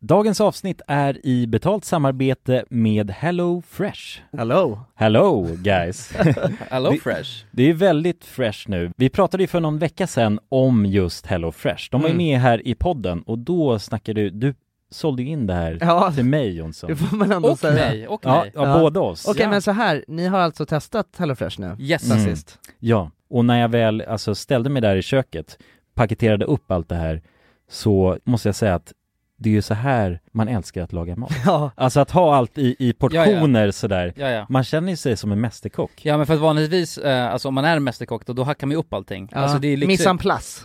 Dagens avsnitt är i betalt samarbete med Hello Fresh. Hello! Hello guys! Hello Vi- Fresh! Det är väldigt fresh nu. Vi pratade ju för någon vecka sedan om just Hello Fresh. De var ju Mm. med här i podden och då snackade du, du sålde ju in det här Ja. till mig Jonsson. Det får man ändå Och säga. mig, och Ja, mig. ja, Ja. båda oss. Okej Ja. men så här, ni har alltså testat Hello Fresh nu? Yes. Sen Mm. sist? Ja, och när jag väl alltså, ställde mig där i köket, paketerade upp allt det här, så måste jag säga att det är ju så här man älskar att laga mat. Ja, Alltså att ha allt i, i portioner sådär. Ja, ja. Man känner ju sig som en mästerkock. Ja men för att vanligtvis, eh, alltså om man är mästerkock då, då hackar man ju upp allting. ja. Alltså det är lyxigt. Missan plus.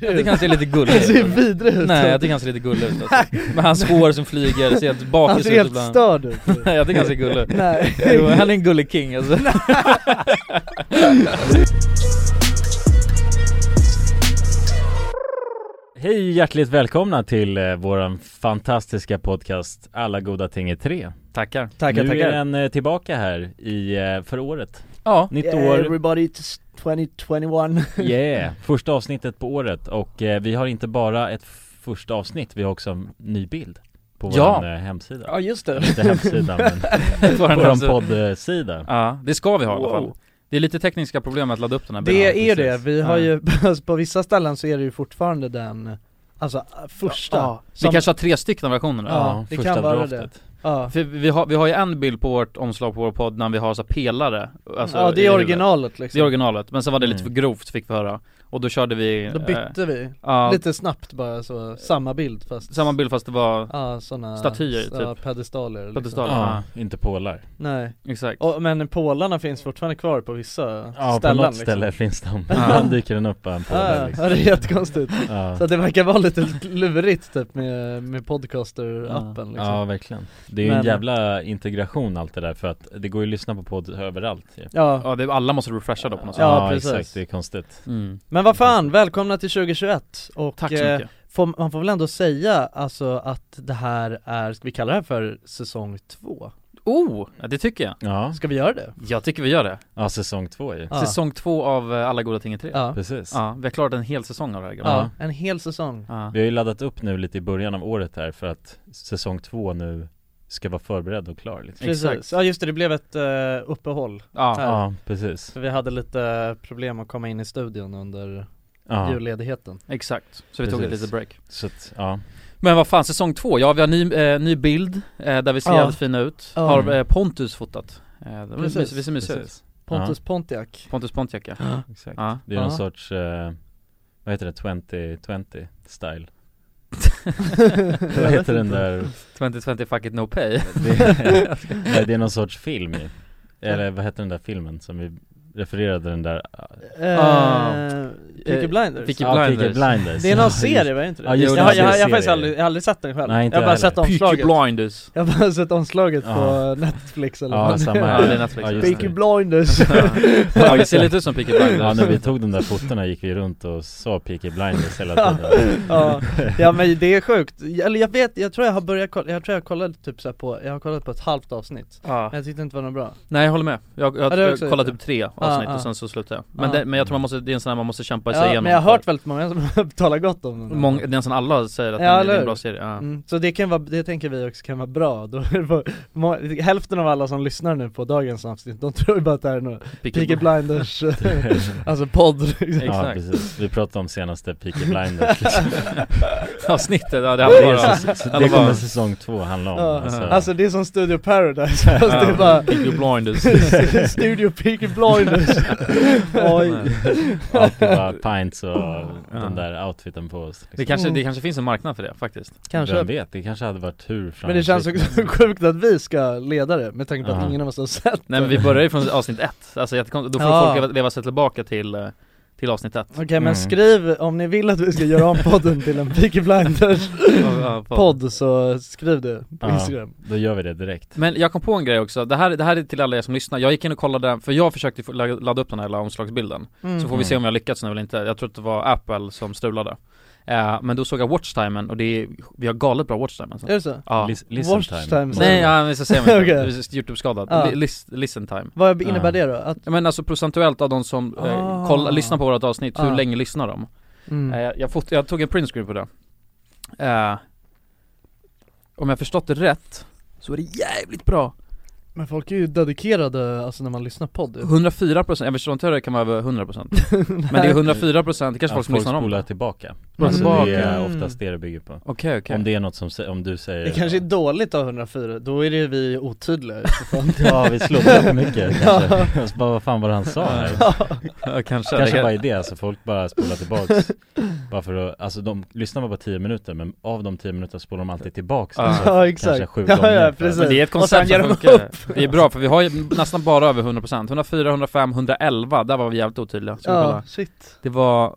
Jag tycker han ser lite gullig Det ser ut. vidrig ut. Nej jag tycker han ser lite gullig ut alltså. Med hans hår som flyger, ser helt han bakis ser ut helt ibland. störd ut. Nej jag tycker han ser gullig ut. Nej. Jo, Han är en gullig king alltså. Hej och hjärtligt välkomna till eh, våran fantastiska podcast Alla goda ting är tre. Tackar. Tackar, nu tackar. är den eh, tillbaka här i, eh, för året. Ja. Nytt Eh, år, everybody, it's 2021. yeah! Första avsnittet på året och eh, vi har inte bara ett första avsnitt, vi har också en ny bild på Ja. våran eh, hemsida. Ja, just det. Inte hemsida men Våran våran alltså- poddsida. Ja, det ska vi ha i alla fall. Wow. Det är lite tekniska problem att ladda upp den här Det är ju det, precis. vi har Ja. ju, på vissa ställen så är det ju fortfarande den, alltså första Ja, Vi som- kanske har tre stycken versioner. Ja. det första kan vara draftet. ja. För vi, har, vi har ju en bild på vårt omslag på vår podd när vi har så här pelare alltså, ja, i det är huvudet. originalet Det är liksom originalet, men sen var det lite för Mm. grovt fick vi höra Och då körde vi Då eh, bytte vi, ja, lite snabbt bara så, samma bild fast samma bild fast det var Ja, såna Statyer, typ. ja, pedestaler liksom. Pedestaler. Ja, inte pålar. Nej, Exakt och, men pålarna finns fortfarande kvar på vissa Ja, ställen på något liksom. ställe finns de. Ja. Ibland dyker den upp en på Ja, där ja, liksom. ja, det är jättekonstigt. Ja. Så att det verkar vara lite lurigt typ med, med podcaster-appen liksom. ja, verkligen. Det är ju en Men- jävla integration allt det där för att det går ju att lyssna på podd överallt ju. ja. Ja, det, alla måste refresha då på något sätt Ja, precis. exakt, det är konstigt. mm. Men vad fan, välkomna till 2021 och Tack så eh, mycket Får, man får väl ändå säga alltså att det här är, ska vi kalla det här för säsong två? Oh! Ja, det tycker jag Ja, Ska vi göra det? Jag tycker vi gör det ja säsong två ju. Ja. Säsong två av eh, Alla goda ting är tre ja. Ja, Precis. vi har klarat en hel säsong av det här ja. grabbar. en hel säsong ja. Vi har ju laddat upp nu lite i början av året här för att säsong två nu ska vara förberedd och klar liksom. Precis, Exakt. ja just det, det blev ett eh, uppehåll Ja. här. Ja, precis. För vi hade lite problem att komma in i studion under Ja, julledigheten exakt Så vi tog ett Precis. litet break så att, ja. Men vad fan, säsong två, ja vi har ny, eh, ny bild eh, där vi ser Ja. jävligt fina ut Ja. Har eh, Pontus fotat eh, det var- Precis. Vi ser mysiga ut Precis. Pontus Pontiac Pontus Pontiac ja. Exakt. ja. Det är någon Ja. sorts, eh, vad heter det, 2020 style? Vad heter den där 2020 fuck it no pay Det, nej, det är någon sorts film ju. Eller vad heter den där filmen som vi refererade den där? ah. Eh, Peaky Eh, Blinders Peaky- Ja, Peaky Blinders. Blinders Det är någon Ja, just- serie, var det inte det? Ja, just jag, har- det, jag, har- jag har serie. faktiskt aldrig, jag har aldrig sett den själv Nej, inte Jag har bara jag sett heller. Peaky omslaget blinders Jag har bara sett omslaget Ja. på Netflix eller Ja, vad samma Ja, här det är Netflix. Ja, just Peaky det. Blinders Ja det ser lite ut som Peaky Blinders Ja, när vi tog de där fotona gick vi runt och sa Peaky Blinders hela tiden ja, ja men det är sjukt, eller jag vet, jag tror jag har börjat kolla, jag tror jag kollade typ så här på, jag har kollat på ett halvt avsnitt ja. Men jag tyckte inte det var något bra Nej jag håller med, jag, jag, Ja, det har jag också jag kollade gjort. typ tre avsnitt Ja, och ja. sen så slutade jag Men, Ja. det, men jag tror man måste, det är en sån här man måste kämpa sig ja, igenom Men jag har hört väldigt många som talar gott om den Mång, Det är en sån alla säger att Ja, den är- det är eller en hur? bra serie ja. mm, Så det kan vara, det tänker vi också kan vara bra, då är det bara, må, hälften av alla som lyssnar nu på dagens avsnitt, de tror ju bara att det här är något Peaky Blinders, alltså podd liksom. Ja, Exakt. precis. Vi pratade om senaste Peaky Blinders liksom. avsnittet, ja det Det, handlar bara är om så, så det Alla kommer bara- säsong två handla om Ja, alltså. Alltså det är som Studio Paradise, fast det är ja, bara Peaky Blinders Studio Peaky Blinders Oj Allt är bara pints och den där outfiten på oss det liksom. kanske, det kanske finns en marknad för det faktiskt Vem Kanske vet, det kanske hade varit hur framgångsrikt Men det känns också sjukt att vi ska leda det med tanke på Ja. att ingen av oss har sett Nej men vi börjar ju från avsnitt ett, alltså jättekonstigt, då får Ja. folk leva sig tillbaka till, eh, till avsnitt ett Okej Mm. men skriv, om ni vill att vi ska göra om podden till en Peaky Blinders Av- av- av- podd så skriv det på Ja. Instagram Då gör vi det direkt Men jag kom på en grej också, det här, det här är till alla er som lyssnar, jag gick in och kollade, för jag försökte få- la- ladda upp den här lilla omslagsbilden Så Mm. får vi se om jag lyckats nu eller inte, jag tror att det var Apple som strulade eh, Men då såg jag watchtimen och det är, vi har galet bra watchtime alltså. Är det så? Ja Lis- listen Watch time. time. Måste Nej det vara. ja, men så säger man inte, Okej. okay. Youtube-skadad, Ja. Li- lis- listen time Vad innebär Ja. det då? Att, Ja, men alltså procentuellt av de som eh, Ah. kolla, lyssnar på vårat avsnitt, hur Ah. länge lyssnar de? mm. Eh, jag, fot- jag tog en printscreen på det eh, Om jag förstått det rätt, så är det jävligt bra Men folk är ju dedikerade, alltså när man lyssnar på podd 104% jag förstår inte hur det kan vara över 100% Men det är 104% det kanske Ja, folk som lyssnar om spolar det tillbaka Spolar alltså, tillbaka. Det är Mm. oftast det det bygger på Okej okej Om det är något som, sä- om du säger Det kanske är dåligt av 104, då är det vi otydliga i så fall. Ja vi slog för mycket kanske, och så bara, vad fan var det han sa här? Ja, kanske, Kanske det bara är kan... det, alltså folk bara spolar tillbaks Bara för att, alltså de lyssnar bara på 10 minuter men av de 10 minuterna spolar de alltid tillbaks Ja. alltså, Ja, exakt. Kanske sju Ja, gånger ja, för- precis. Men det är ett Och sen koncept ger som de funkar Det är bra för vi har ju nästan bara över 100% 104, 105, 111, där var vi jävligt otydliga Ska vi kolla? shit Det var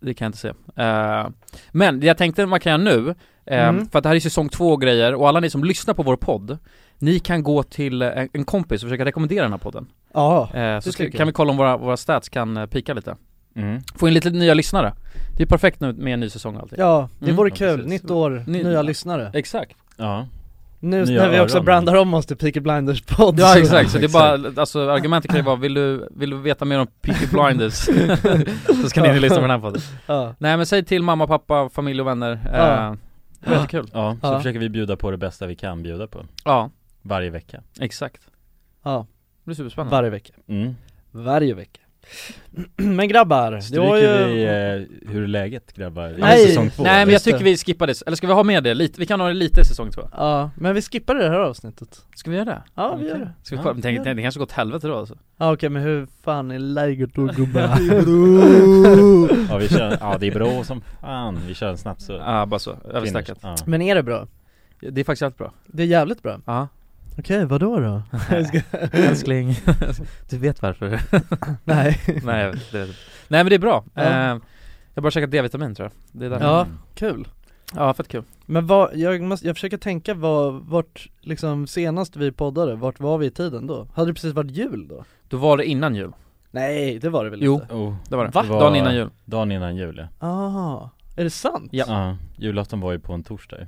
Det kan jag inte se. Eh, men jag tänkte man kan göra nu, eh, Mm. för att det här är säsong två och grejer, och alla ni som lyssnar på vår podd, ni kan gå till eh, en, en kompis och försöka rekommendera den här podden. Ja. Eh, så ska, tycker jag. kan vi kolla om våra, våra stats kan eh, pika lite. Mm. Få in lite nya lyssnare. Det är perfekt nu med en ny säsong och allting. Ja, det Mm. vore Ja, kul. precis. Nytt år, Ny- nya ja. lyssnare. Exakt. Ja. Nu Nya när vi också öron. brandar om oss till Peaky Blinders podd Ja så- exakt, så det är bara, alltså argumentet kan ju vara, vill du, vill du veta mer om Peaky Blinders? så ska ni lyssna på den här podden. ja. Nej men säg till mamma, pappa, familj och vänner. Ja. Eh, det var jättekul. Ja, så Ja. försöker vi bjuda på det bästa vi kan bjuda på Ja, varje vecka. exakt. ja, Det blir superspännande. varje vecka Mm. Varje vecka Men grabbar, det var ju... Stryker vi eh, hur är läget grabbar i Nej. säsong två? Nej men jag Just tycker det. vi skippar det, eller ska vi ha med det lite? Vi kan ha det lite i säsong två Ja, men vi skippade det här avsnittet Ska vi göra det? Ja, vi gör Okej. det. Ska vi Ja, kolla? gör vi Men tänk, det. tänk, det kanske går åt helvete då alltså Ja okej, men hur fan är läget då gubbarna? Ja, vi kör, ja det är bra som fan, vi kör en snabb så Ja, bara så, överstackat Ja. men är det bra? Det är faktiskt allt bra Det är jävligt bra Ja Okej, vad då då? Älskling, du vet varför Nej Nej jag vet, det vet. jag. Nej men det är bra Ja. Eh, Jag har bara käkat D-vitamin tror jag Det är Mm. där Ja, Mm. kul ja fett kul Men vad, jag, måste, jag försöker tänka vad, vart, liksom senast vi poddade, vart var vi i tiden då? Hade det precis varit jul då? Då var det innan jul Nej, det var det väl Jo. inte? Oh, Det var det, Va? dagen innan jul dagen innan jul ja. Ah, är det sant? Ja. ja Julafton var ju på en torsdag ju.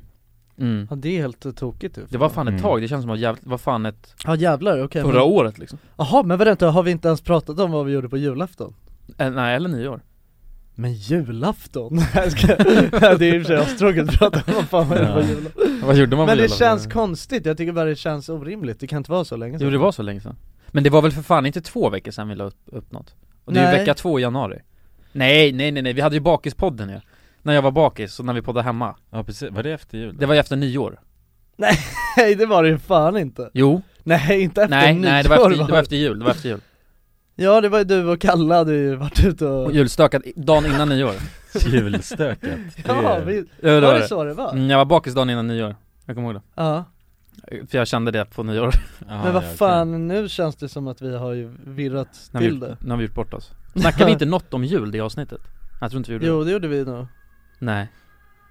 mm. Ja det är helt eh, tokigt ju Det var fan ett Mm. tag, det känns som att jävligt, var fan ett Ja jävlar, okej Förra året liksom Jaha, men vänta, har vi inte ens pratat om vad vi gjorde på julafton? Eh, Nej eller nyår Men julafton? Jag ska- det är i och för sig astråkigt att prata om vad fan man gjorde på Ja. julafton Vad gjorde man på Men det julafton? känns konstigt, jag tycker bara det känns orimligt, det kan inte vara så länge Jo det var så länge sedan Men det var väl för fan inte två veckor sedan vi la upp, upp något? Och det är ju Nej. vecka två i januari Nej nej nej nej, vi hade ju bakispodden ju När jag var bakis och när vi poddade hemma Ja precis, var det efter jul? Det var ju efter nyår Nej det var det ju fan inte! Jo, Nej inte efter nej nej det var nyår efter, det var efter jul, det var efter jul Ja det var ju du och Kalle hade ju varit ute Och och... julstökat i- dagen innan nyår Julstöket Ja, Det- vi... Ja, var det var det det. så det var? Mm, Jag var bakis dagen innan nyår, jag kommer ihåg Ja, det För jag kände det på nyår Ja, Ah, men ja, vad fan, nu känns det som att vi har ju virrat när vi, till gjort- det när vi gjort bort oss Snackade vi inte något om jul i avsnittet? Jag tror inte vi gjorde det Jo det gjorde vi nog Nej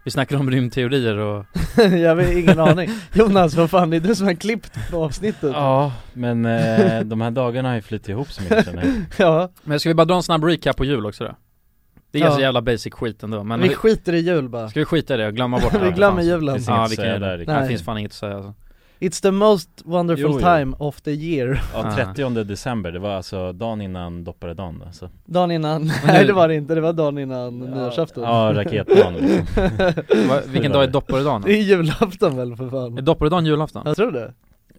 Vi snackade om rymdteorier och Jag har ingen aning Jonas, vad fan, det är du som har klippt på avsnittet Ja, men eh, de här dagarna har ju flyttit ihop så mycket känner jag Ja, Men ska vi bara dra en snabb recap på jul också då? Det är Ja. ganska jävla basic skit ändå, men vi skiter i jul bara ska vi skita i det och glömma bort det? Vi här? glömmer Fan. julen Det finns Ja, inget vi att kan säga där göra det. Nej. riktigt Det Nej. finns fan inget att säga alltså. It's the most wonderful Jo, jo. time of the year Ah. Ja, 30 december, det var alltså dagen innan dopparedagen alltså. Dagen innan, nu- nej det var det inte, det var dagen innan nyårsafton Ja, raketdagen liksom. Va, Vilken dag är dopparedagen då? Det är julafton väl för Är fan? dopparedagen julafton? Jag tror det,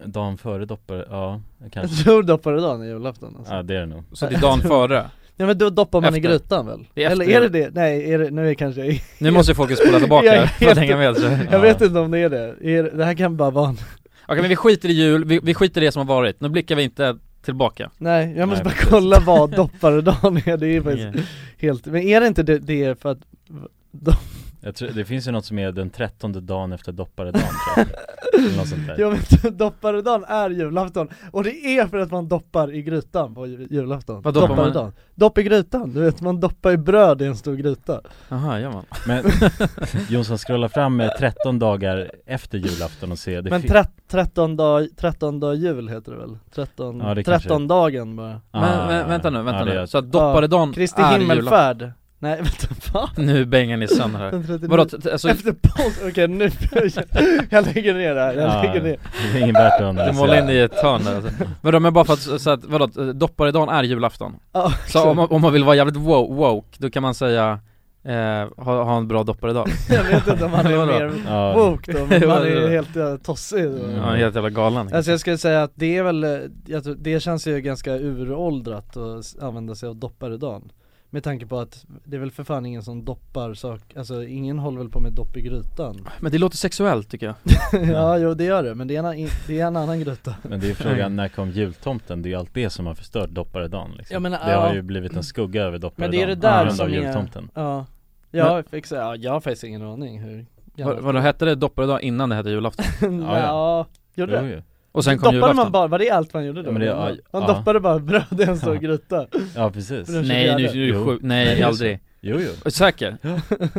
Dagen före doppare, ja jag kanske tror dopparedagen är julafton alltså. Ja det är det nog Så det är dagen före? Ja men då doppar man i Efter. grytan väl? Det är Eller efter. är det det? Nej, är det, nu är det kanske jag Nu måste ju folk spola tillbaka Jag här för att vet hänga med tror jag. Jag vet inte om det är det, är, det- det här kan bara vara en... Okej men vi skiter i jul, vi, vi skiter i det som har varit, nu blickar vi inte tillbaka Nej, jag måste Nej, bara kolla vad dopparedagen är, det är faktiskt Okej. helt, men är det inte det, det är för att Jag tror, det finns ju något som är den trettonde dagen efter dopparedagen tror jag Eller Något sånt där Ja men dopparedagen är julafton, och det är för att man doppar i grytan på ju- julafton Vad doppar man? Dopparedagen. Dopp i grytan, du vet man doppar i bröd i en stor gryta Jaha, gör man? Men Jonsson scrollar fram eh, 13 dagar efter julafton och ser det Men fi- tre- 13 dag, 13 dag jul heter det väl? 13, Ja, det kanske 13 dagen bara Ah, Men, vä- vänta nu, ja, vänta det nu, är- så att dopparedagen Kristi är julafton? himmelfärd Nej vänta, va? Nu bängar ni sönder här Den 39 Vadå, t- t- alltså, Efter påsk, okej nu, jag lägger ner det här, jag Ja, lägger ner Det är inget värt att du analysera målar in dig i ett hörn där alltså. Vadå, men bara för att, så att, vadå, dopparedagen är julafton? Ja, Så om man, om man vill vara jävligt wo- woke, då kan man säga eh, ha, ha en bra dopparedag Jag vet inte om han är Vadå? mer Ja. woke då, men han är Vadå? helt eh, tossig då. Ja, han är helt jävla galen liksom. Alltså jag skulle säga att det är väl, eh, jag tror, det känns ju ganska uråldrat att s- använda sig av dopparedagen Med tanke på att det är väl för fan ingen som doppar sak, alltså ingen håller väl på med dopp i grytan Men det låter sexuellt tycker jag Ja jo det gör det, men det är en, an- det är en annan gryta Men det är ju frågan, när kom jultomten? Det är ju allt det som har förstört dopparedagen liksom. Ja, men, Det ja. har ju blivit en skugga över Men dopparedagen det är det på där grund som av är, jultomten ja Ja, fixa, ja jag har faktiskt ingen aning hur Vad vad då hette det dopparedag innan det hette julafton? ja, ja, gjorde det? Jo, jo. Och sen kom Doppade julafton man bara, var det allt man gjorde då? Ja, men det- ja, man ja. doppade bara bröd i en stor Ja. gryta Ja precis Men- Nej nu, nu är det Jo. sjukt, nej aldrig Jo, jo. Säker?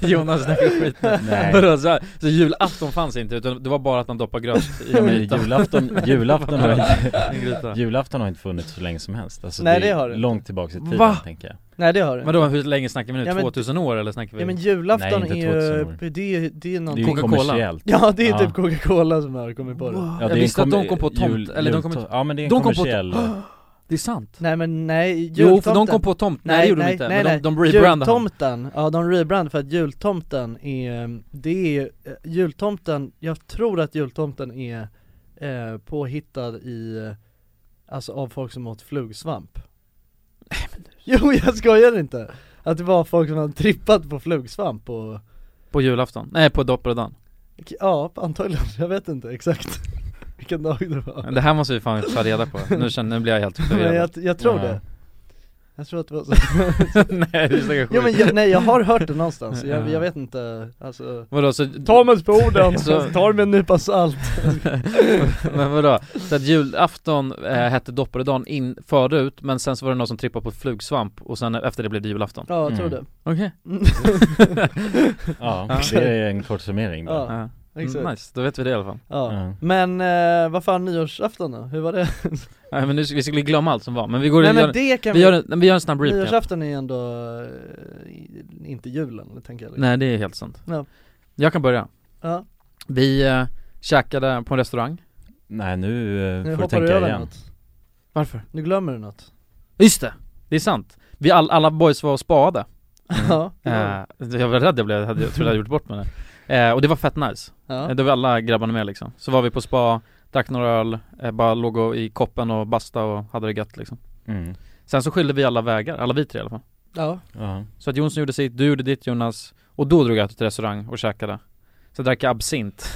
Jonas snackar skit nu. Nej. Vadå, så, här, så julafton fanns inte utan det var bara att man doppar gröt i en Men gryta? julafton, julafton, har inte, I en gryta. julafton har inte funnits så länge som helst. Alltså, Nej, det det är har det inte. långt tillbaks i tiden Va? tänker jag. Nej det har du Vadå, hur länge snackar vi nu? Ja, men- 2000 år eller snackar vi? Ja men julafton Nej, inte är 2000 ju, det är, det är någon Det är ju Coca-Cola. kommersiellt. Ja det är Ja. typ Coca-Cola som har kommit på det Wow. det jag är en visste att kommer- de kom på tomt, jul- eller de kom julto- Ja men det är en de kom på- kommersiell Det är sant! Nej men nej, Jo, för de jultomten- kom på tomt, nej, det gjorde de inte, men de, de rebrandade han. Jultomten, ja de rebrandade för att jultomten är, det är, eh, jultomten, jag tror att jultomten är eh, påhittad i, alltså av folk som åt flugsvamp Jo jag skojar inte! Att det var folk som hade trippat på flugsvamp och, På julafton, nej på dopparedan ja antagligen, jag vet inte exakt vilken dag det var Det här måste vi fan ta reda på, nu känner, nu blir jag helt Men förvirrad jag, jag tror Ja. det Jag tror att det var så Nej du snackar Jo men skit jag, nej jag har hört det någonstans, jag, Ja. jag vet inte, alltså Vadå så... Ta mig på orden, Så- ta det med en nypa salt men vadå? Så att julafton Mm. eh, hette dopparedan in förut, men sen så var det någon som trippade på flugsvamp och sen efter det blev det julafton Ja, jag tror Mm. det Okej, Ja, det är en kort summering bara. Ja, ja. exakt. mm, nice, då vet vi det i alla fall Ja. Ja. Men eh, vad fan nyårsafton då? Hur var det? Nej men nu, ska- vi skulle glömma allt som var, men vi går Nej och gör, men det kan vi, vi, gör en, vi gör en snabb recap nyårsafton är ju ändå eh, i- inte julen, tänker jag liksom. Nej det är helt sant Ja. Jag kan börja Ja. Vi eh, käkade på en restaurang Nej nu, eh, Nu får du hoppar du tänka över igen. något, Varför? nu glömmer du något Just det! Det är sant! Vi all, alla boys var och spaade Ja, eh, Jag var rädd jag blev, jag hade- jag trodde jag hade gjort bort mig där. eh, Och det var fett nice, ja. eh, det var alla grabbarna med liksom Så var vi på spa, drack några öl, eh, bara låg och, i koppen och basta och hade det gött liksom Mm. Sen så skilde vi alla vägar, alla vi tre i alla fall ja. Ja. Så att Jonsson gjorde sitt, du gjorde ditt Jonas Och då drog jag till restaurang och käkade Så drack jag absint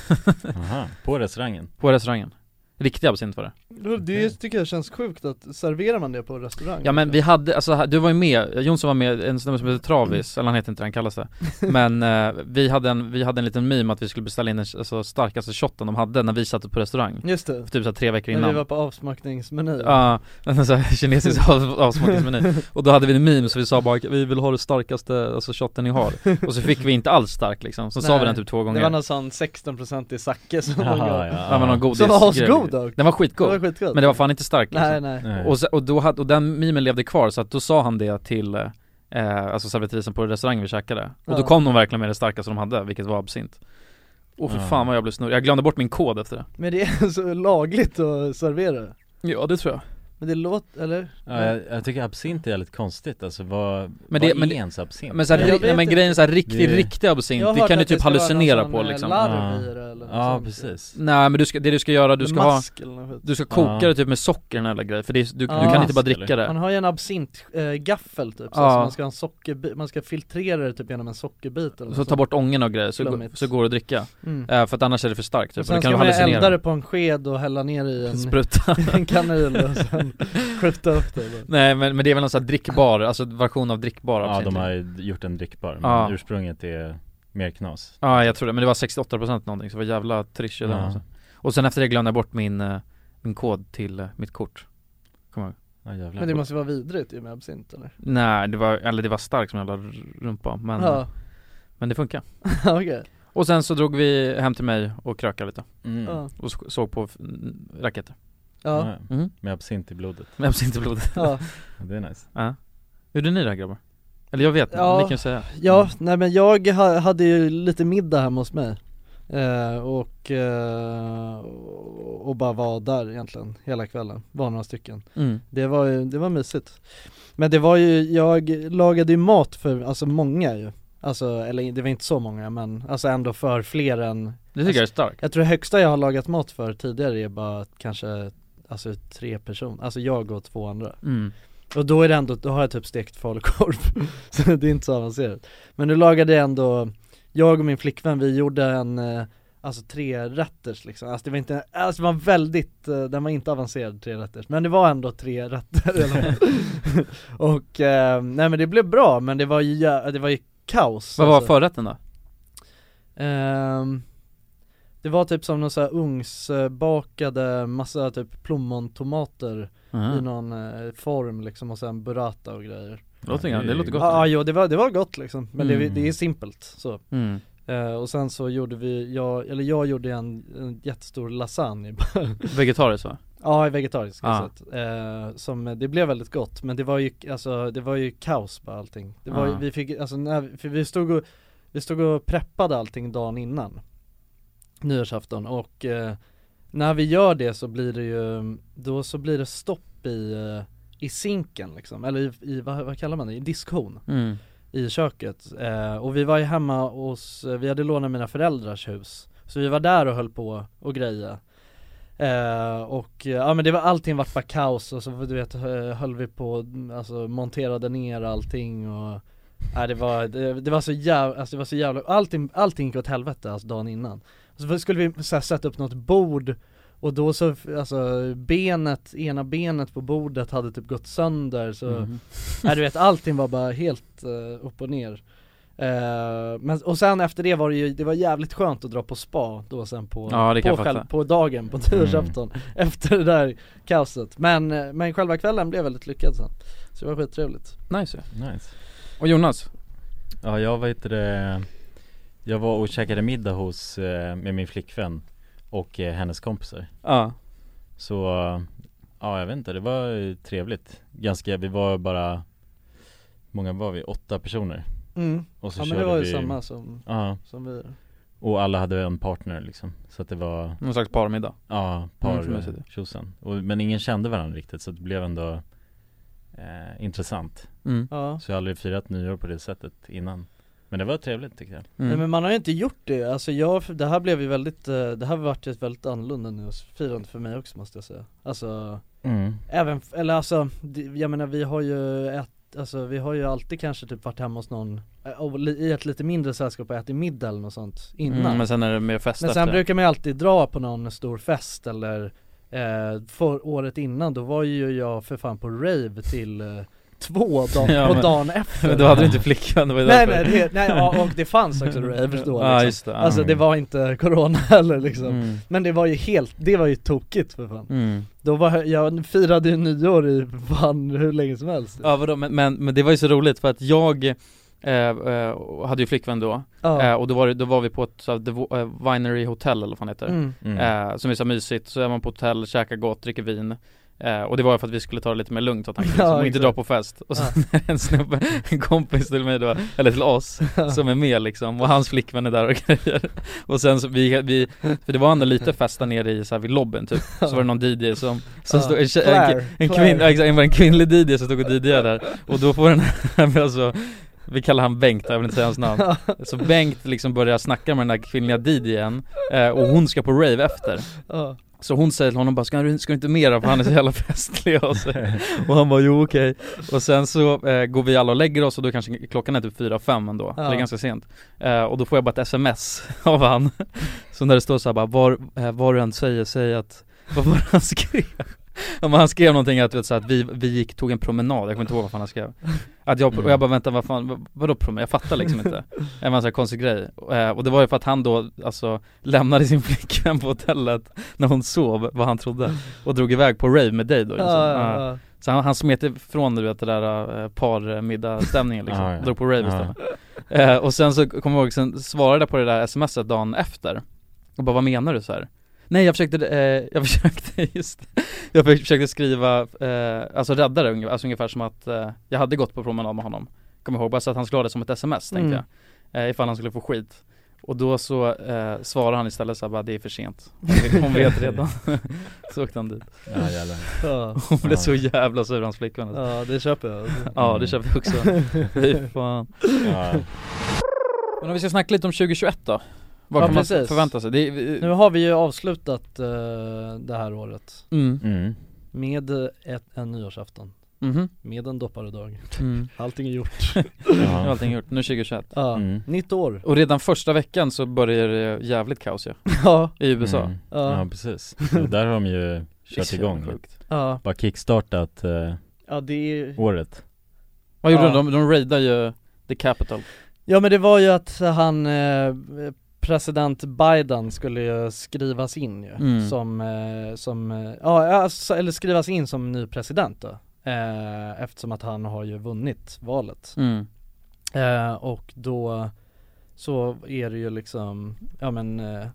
Aha. På restaurangen. på restaurangen Riktig absint var det Det tycker jag känns sjukt att, serverar man det på restaurang? Ja men vi hade, alltså du var ju med, Jonsson var med, en snubbe som heter Travis, Mm. eller han heter inte det, han kallas det Men eh, vi, hade en, vi hade en liten meme att vi skulle beställa in den alltså, starkaste shotten de hade när vi satt på restaurang Just det, Typ såhär tre veckor när vi innan var på avsmakningsmenyn Ja, en sån här kinesisk av- avsmakningsmeny Och då hade vi en meme så vi sa bara vi vill ha det starkaste, alltså shotten ni har Och så fick vi inte alls stark liksom, så sa Nej, vi den typ två gånger Det var någon sån 16% i sake som de Aha, gav. ja. Det var någon godis Som var asgod dock! Den var Det skitgod, var skitgott men det var fan inte stark liksom. Nej nej, Nej. Och, se- och, då hade, och den mimen levde kvar så att då sa han det till eh, eh, Alltså servitrisen på restaurangen vi käkade Och då Ja. kom de verkligen med det starkaste de hade, vilket var absint Och för Ja. fan vad jag blev snurrig, jag glömde bort min kod efter det men det är så lagligt att servera Ja det tror jag Men det låter, eller? Ja, jag, jag tycker absint är väldigt konstigt alltså, vad, Men men det- vad men är det- ens absint? Men, så här, Men jag ri- vet men inte. grejen är såhär riktig, Det- riktig absint, Jag har det hört kan du att det typ ska vara någon hallucinera sån, på eh, liksom larv Ja. i det eller något ja sånt. precis Nej men du ska, det du ska göra, du Med ska ha mask eller något skit. Du ska koka Ja. det typ med socker den här jävla grejen, för det är, du, Ja. du kan inte bara Mask, dricka eller? det Man har ju en absintgaffel eh, gaffel, typ, så Ja. så man ska ha en sockerbi- man ska filtrera det typ genom en sockerbit eller Så ta bort ången och grejer så, går- Flummigt. så går det att dricka, mm. Eh, för att annars är det för starkt typ, Och sen och då kan ska du man ju elda det hallucinera på en sked och hälla ner i en, Spruta en kanil och sen skjuta upp det eller? Nej men, men det är väl någon sån här drickbar, alltså version av drickbar Ja absint. de har ju gjort en drickbar, men Ja. ursprunget är mer knas Ja jag tror det, men det var 68% någonting så det var jävla trish i den Ja. alltså. Och sen efter det glömde jag bort min, eh, min kod till eh, mitt kort Kommer jag ihåg ja, jävlar. Men det måste ju vara vidrigt ju med absint eller? Nej det var, eller det var starkt som en jävla rumpa men, Ja, men det funkar okej, Och sen så drog vi hem till mig och krökade lite mm. ja. ja, och sk- såg på mm, raketer ja, mm. Med absint i blodet, Med absint i blodet ja, det är nice Ja Gjorde ni det här, grabbar? Eller jag vet, Ja. ni kan ju säga ja, nej men jag ha, hade ju lite middag hemma hos mig eh, och, eh, och bara var där egentligen hela kvällen, var några stycken mm. Det var ju, det var mysigt Men det var ju, jag lagade ju mat för, alltså många ju Alltså, eller det var inte så många men, alltså ändå för fler än Det tycker jag är starkt Jag tror det högsta jag har lagat mat för tidigare är bara kanske, alltså tre personer, alltså jag och två andra mm. Och då är det ändå, då har jag typ stekt falukorv Så det är inte så avancerat Men nu lagade jag ändå, jag och min flickvän vi gjorde en eh, Alltså tre rätters liksom, alltså det var inte, alltså det var väldigt, eh, den var inte avancerad tre rätters Men det var ändå tre rätter i alla fall. Och, eh, nej men det blev bra men det var ju, jä- det var ju kaos Vad var alltså. förrätten då? Ehm, Det var typ som någon så här ugnsbakade massa typ plommontomater Mm. i någon eh, form liksom och sen burrata och grejer låter, det låter Ja, gott ah, jo det var, det var gott liksom, men Mm. det, det är simpelt så mm. Eh, och sen så gjorde vi, jag, eller jag gjorde en, en jättestor lasagne Vegetariskt va? Ja, vegetarisk Ah. alltså. Eh, som, eh, det blev väldigt gott men det var ju, alltså det var ju kaos på allting Det var ju, Ah. vi fick, alltså när, vi- för vi stod och, vi stod och preppade allting dagen innan Nyårsafton och eh, när vi gör det så blir det ju, då så blir det stopp i, eh, i sinken liksom, eller i, i vad, vad kallar man det, i diskhon Mm. i köket eh, och vi var ju hemma hos, eh, vi hade lånat mina föräldrars hus Så vi var där och höll på och greja eh, Och eh, ja men det var allting vart bara kaos och så du vet hö- höll vi på, alltså monterade ner allting och Nej det var, det, det var så jävla, alltså det var så jävla, allting, allting gick åt helvete alltså dagen innan Så skulle vi så här, sätta upp något bord och då så, alltså benet, ena benet på bordet hade typ gått sönder så Mm. Nej du vet allting var bara helt eh, upp och ner Eh, men, och sen efter det var det ju, det var jävligt skönt att dra på spa då sen på, Ja, det kan på, jag fatta. Mm. på dagen, på nyårsafton Efter det där kaoset men, eh, men själva kvällen blev väldigt lyckad sen Så det var skittrevligt Nice ju. Nice. Och Jonas? Ja, jag var inte det. Jag var och käkade middag hos, eh, med min flickvän och eh, hennes kompisar. Ja Så, ja jag vet inte, det var eh, trevligt Ganska, vi var bara Många var vi? Åtta personer mm. Och så Ja men körde det var ju vi, samma som, Ja, som vi och alla hade en partner liksom Så att det var, Någon slags parmiddag ja, Mm, för mig så det. partjosan och Men ingen kände varandra riktigt så det blev ändå eh, Intressant mm. Ja, Så jag har aldrig firat nyår på det sättet innan Men det var trevligt tycker jag Nej, Mm. men man har ju inte gjort det, alltså jag, för det här blev ju väldigt, eh, det här vart ju ett väldigt annorlunda nyårsfirande för mig också måste jag säga Alltså mm. Även, f- eller alltså, det- jag menar vi har ju ett, alltså vi har ju alltid kanske typ varit hemma hos någon eh, och li- i ett lite mindre sällskap och ätit middag eller något sånt innan Mm, Men men sen, sen är det mer fest efter. brukar man ju alltid dra på någon stor fest eller eh, för året innan då var ju jag för fan på rave till eh, två dagar Ja, på men- dagen efter Men då hade du inte flickvän, det var ju Nej nej, därför. det, nej ja, och det fanns också raves då Ja liksom. just det, Alltså det var inte corona heller liksom mm. Men det var ju helt, det var ju tokigt för fan Mm. då var jag firade ju nyår i fan hur länge som helst Ja vadå, men, men, men det var ju så roligt för att jag eh, eh, hade ju flickvän då, Ja, eh, och då var, det, då var vi på ett så här, The Vo- eh, Winery Hotel eller vad fan heter mm. Mm. eh, Som är så här mysigt, så är man på hotell, käkar gott, dricker vin eh, Och det var ju för att vi skulle ta det lite mer lugnt av tanken, Ja, liksom, och inte exakt. dra på fest Och sen är det en snubbe, en kompis till mig då, eller till oss, som är med liksom och hans flickvän är där och grejer Och sen så vi, vi för det var ändå lite fest där nere i så här vid lobbyn typ, så var det någon DJ som, som Ja. stod, en, tjej- en, Claire, En, Claire. kvinn, ja, exakt, det var en kvinnlig DJ som stod och DJade där och då får den här, alltså vi kallar han Bengt, jag vill inte säga hans namn Så Bengt liksom börjar snacka med den här kvinnliga DJn eh, och hon ska på rave efter Ja. Så hon säger till honom bara ska du, ska du inte med då? för han är så jävla festlig och, så, och han bara jo okej Och sen så eh, går vi alla och lägger oss och då kanske klockan är typ fyra fem ändå, Ja. eller ganska sent eh, Och då får jag bara ett sms av han Så när det står så här bara var, eh, vad du än säger, säg att, vad var det han skrev? Ja, men han skrev någonting att, du vet, så här, att vi, vi gick, tog en promenad, jag kommer inte ihåg vad fan han skrev Att jag, och jag bara vänta vad fan, vad- vadå promenad? Jag fattar liksom inte En massa konstig grej, eh, och det var ju för att han då alltså lämnade sin flickvän på hotellet när hon sov, vad han trodde Och drog iväg på rave med dig då liksom. Ja, Ja. ja, Så han, han smet ifrån du vet det där eh, parmiddagsstämningen liksom, Ja, ja. drog på rave Ja. istället eh, Och sen så kommer jag ihåg, sen svarade jag på det där smset dagen efter Och bara vad menar du så här? Nej jag försökte, eh, jag försökte just Jag försökte- försökte skriva, eh, alltså rädda det ungefär, alltså ungefär som att eh, jag hade gått på promenad med honom Kommer ihåg, bara så att han skulle ha det som ett sms tänkte Mm. jag eh, Ifall han skulle få skit Och då så eh, svarade han istället så här, bara det är för sent Hon vet- Hon vet redan Så åkte han dit Ja jävlar ja, Hon blev så jävla sur hans flickvän alltså. ja, det köper jag Ja det köpte jag också, fy fan ja. Men om vi ska snacka lite om 2021 då Vad Ja, kan man precis. förvänta sig? Det är, eh, Nu har vi ju avslutat eh, det här året mm. Mm. med eh, ett, en nyårsafton Mhm. Med en dopparedag mm. Allting är gjort Nu har Ja. allting gjort, nu är 2021 Ja, Mm. nytt år Och redan första veckan så börjar det jävligt kaos ja, Ja, i USA Mm. ja, Ja precis, Så där har de ju kört igång Sjukt. ja, Bara kickstartat eh, ja det är året Vad gjorde Ja. de? De, de raidade ju the capital Ja men det var ju att han, eh, president Biden skulle ju skrivas in ju Mm. som, eh, som eh, ja alltså, eller skrivas in som ny president då eh, eftersom att han har ju vunnit valet. Mm. Eh, och då så är det ju liksom, ja men eh,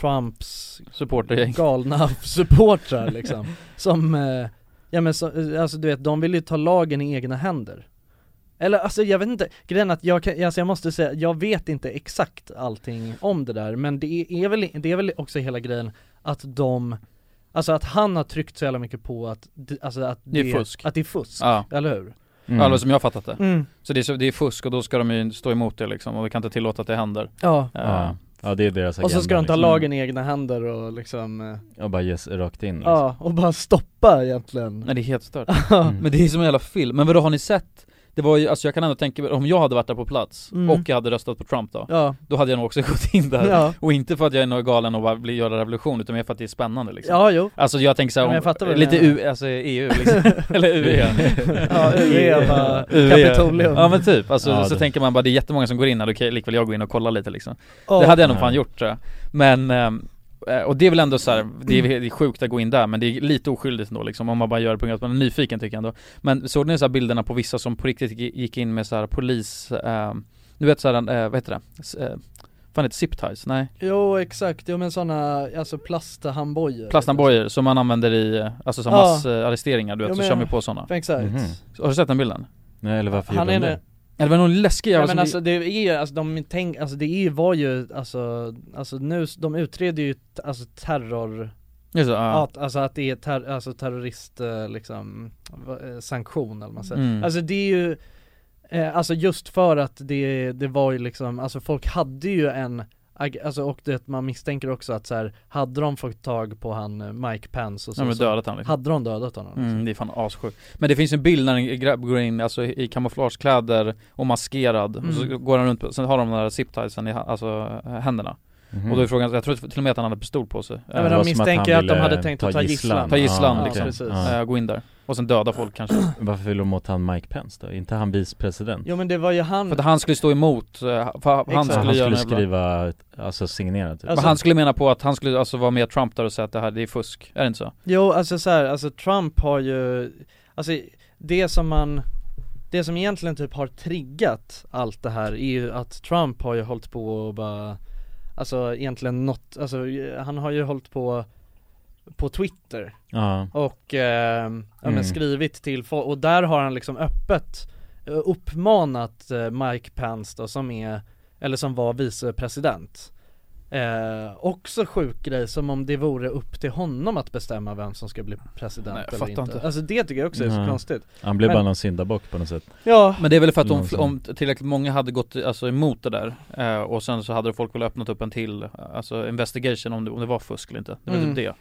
Trumps Supportergäng. galna supportrar liksom Som, eh, ja men så, alltså du vet, de vill ju ta lagen i egna händer Eller alltså jag vet inte, grejen är att jag kan, alltså jag måste säga, jag vet inte exakt allting om det där Men det är väl, det är väl också hela grejen att de Alltså att han har tryckt så jävla mycket på att, det- alltså att Det är fusk. Att det är fusk, Ja, eller hur? Mm. alltså som jag har fattat det. Mm. Så det är, så, det är fusk och då ska de ju stå emot det liksom och vi kan inte tillåta att det händer. Ja Eh, ja. ja, det är deras och så ska de ta liksom. lagen i egna händer och liksom, eh, Och bara ges rakt in liksom. ja, och bara stoppa egentligen Mm. Nej det är helt stört. Mm. Men det är som en jävla film. Men vadå har ni sett? Det var ju, alltså jag kan ändå tänka mig, om jag hade varit där på plats Mm. och jag hade röstat på Trump då, Ja, då hade jag nog också gått in där. ja, Och inte för att jag är någon galen och bara vill göra revolution utan mer för att det är spännande liksom. ja jo Alltså jag tänker Ja, men såhär, jag fattar vad om- du lite menar. U, alltså EU liksom. Eller UE Ja, E UE bara, UE. Kapitolium Ja men typ, alltså, Ja, så det- tänker man bara det är jättemånga som går in, här, då kan jag likväl jag gå in och kolla lite liksom Det hade jag nog fan Ja. gjort tror jag Men, ehm, eh, och det är väl ändå så här, det är, det är sjukt att gå in där men det är lite oskyldigt ändå liksom om man bara gör det på grund av att man är nyfiken tycker jag ändå Men såg ni så här bilderna på vissa som på riktigt gi- gick in med så här polis, ehm, du vet såhär, eh, vad heter det? S- eh, fan heter det zip ties? Nej? Jo exakt, jo men sådana, alltså plasthandbojor Plasthandbojor som man använder i, eh, alltså som Ja. massarresteringar du vet, Ja, så men- kör man på sådana Exakt Mhm. Har du sett den bilden? Nej eller varför Han gjorde är de nu, det? Ja, Det var någon läskig ja, jävla men som- alltså det är ju, alltså de tänk, alltså det är, var ju, alltså, alltså nu, de utreder ju t- alltså terror, Just det, ja. att, alltså att det är ter, alltså terrorist eh, liksom, va- eh, sanktion eller vad man säger Mm. Alltså det är ju, eh, alltså just för att det, det var ju liksom, alltså folk hade ju en ag- Alltså och det, man misstänker också att så här, hade de fått tag på han eh, Mike Pence och så, Ja men så dödat han liksom. hade de dödat honom liksom. Mm, det är fan assjukt. Men det finns en bild när en grabb går in alltså, i kamouflagekläder och maskerad, och så Mm. går han runt, på- sen har de den där ziptiesen i ha- alltså, eh, händerna. Mhm. Och då är frågan, jag tror till och med att han hade pistol på sig. men de Det Eh, var som att han misstänker att de ville hade tänkt att ta gisslan. Ta gisslan, Ja, okej. liksom. precis. Ja. eh, gå in där. Och sen döda folk kanske. Varför vill de åt han Mike Pence då? Är inte han vicepresident? Jo men det var ju han, För att han skulle stå emot, eh, för han Exakt. Så skulle, han göra skulle någon jävla- skriva, alltså signera typ. Men han skulle mena på att han skulle alltså vara med Trump där och säga att det här, det är fusk. Är det inte så? jo alltså så här, alltså Trump har ju, alltså det som man det som egentligen typ har triggat allt det här är ju att Trump har ju hållit på och bara Alltså egentligen något, alltså han har ju hållit på På Twitter Ja, och ehm, ja, Mm. men skrivit till folk, och där har han liksom öppet eh, uppmanat eh, Mike Pence då som är, eller som var vicepresident eh, Också sjuk grej, som om det vore upp till honom att bestämma vem som ska bli president Nej, jag eller fattar inte. inte. Alltså det tycker jag också är så Nej. konstigt han blev Men- bara någon syndabock på något sätt. Ja, Men det är väl för att om, Någonsin. om tillräckligt många hade gått alltså, emot det där eh, och sen så hade folk väl öppnat upp en till alltså, investigation om det, om det var fusk eller inte. Det var Mm. typ det.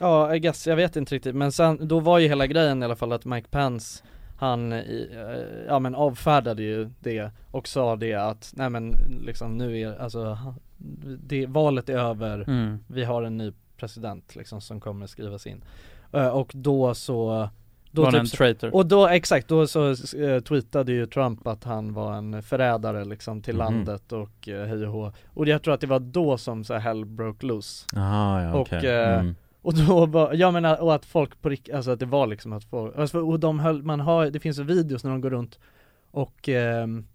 ja I guess, jag vet inte riktigt men sen, då var ju hela grejen i alla fall att Mike Pence han, i, eh, ja men avfärdade ju det och sa det att, nej men liksom nu är, alltså ha- det, valet är över Mm. vi har en ny president liksom som kommer skrivas in. Eh, och då så, Då var då han en typ, traitor. och då exakt, då så eh, tweetade ju Trump att han var en förrädare liksom till Mhm. landet och eh, hej och hå. Och jag tror att det var då som så här hell broke loose. Jaha, ja Och, okej. eh, Mm. Och då var, jag menar, och att folk på rikt- alltså att det var liksom att folk, alltså, och de höll, man har, det finns ju videos när de går runt och ehm,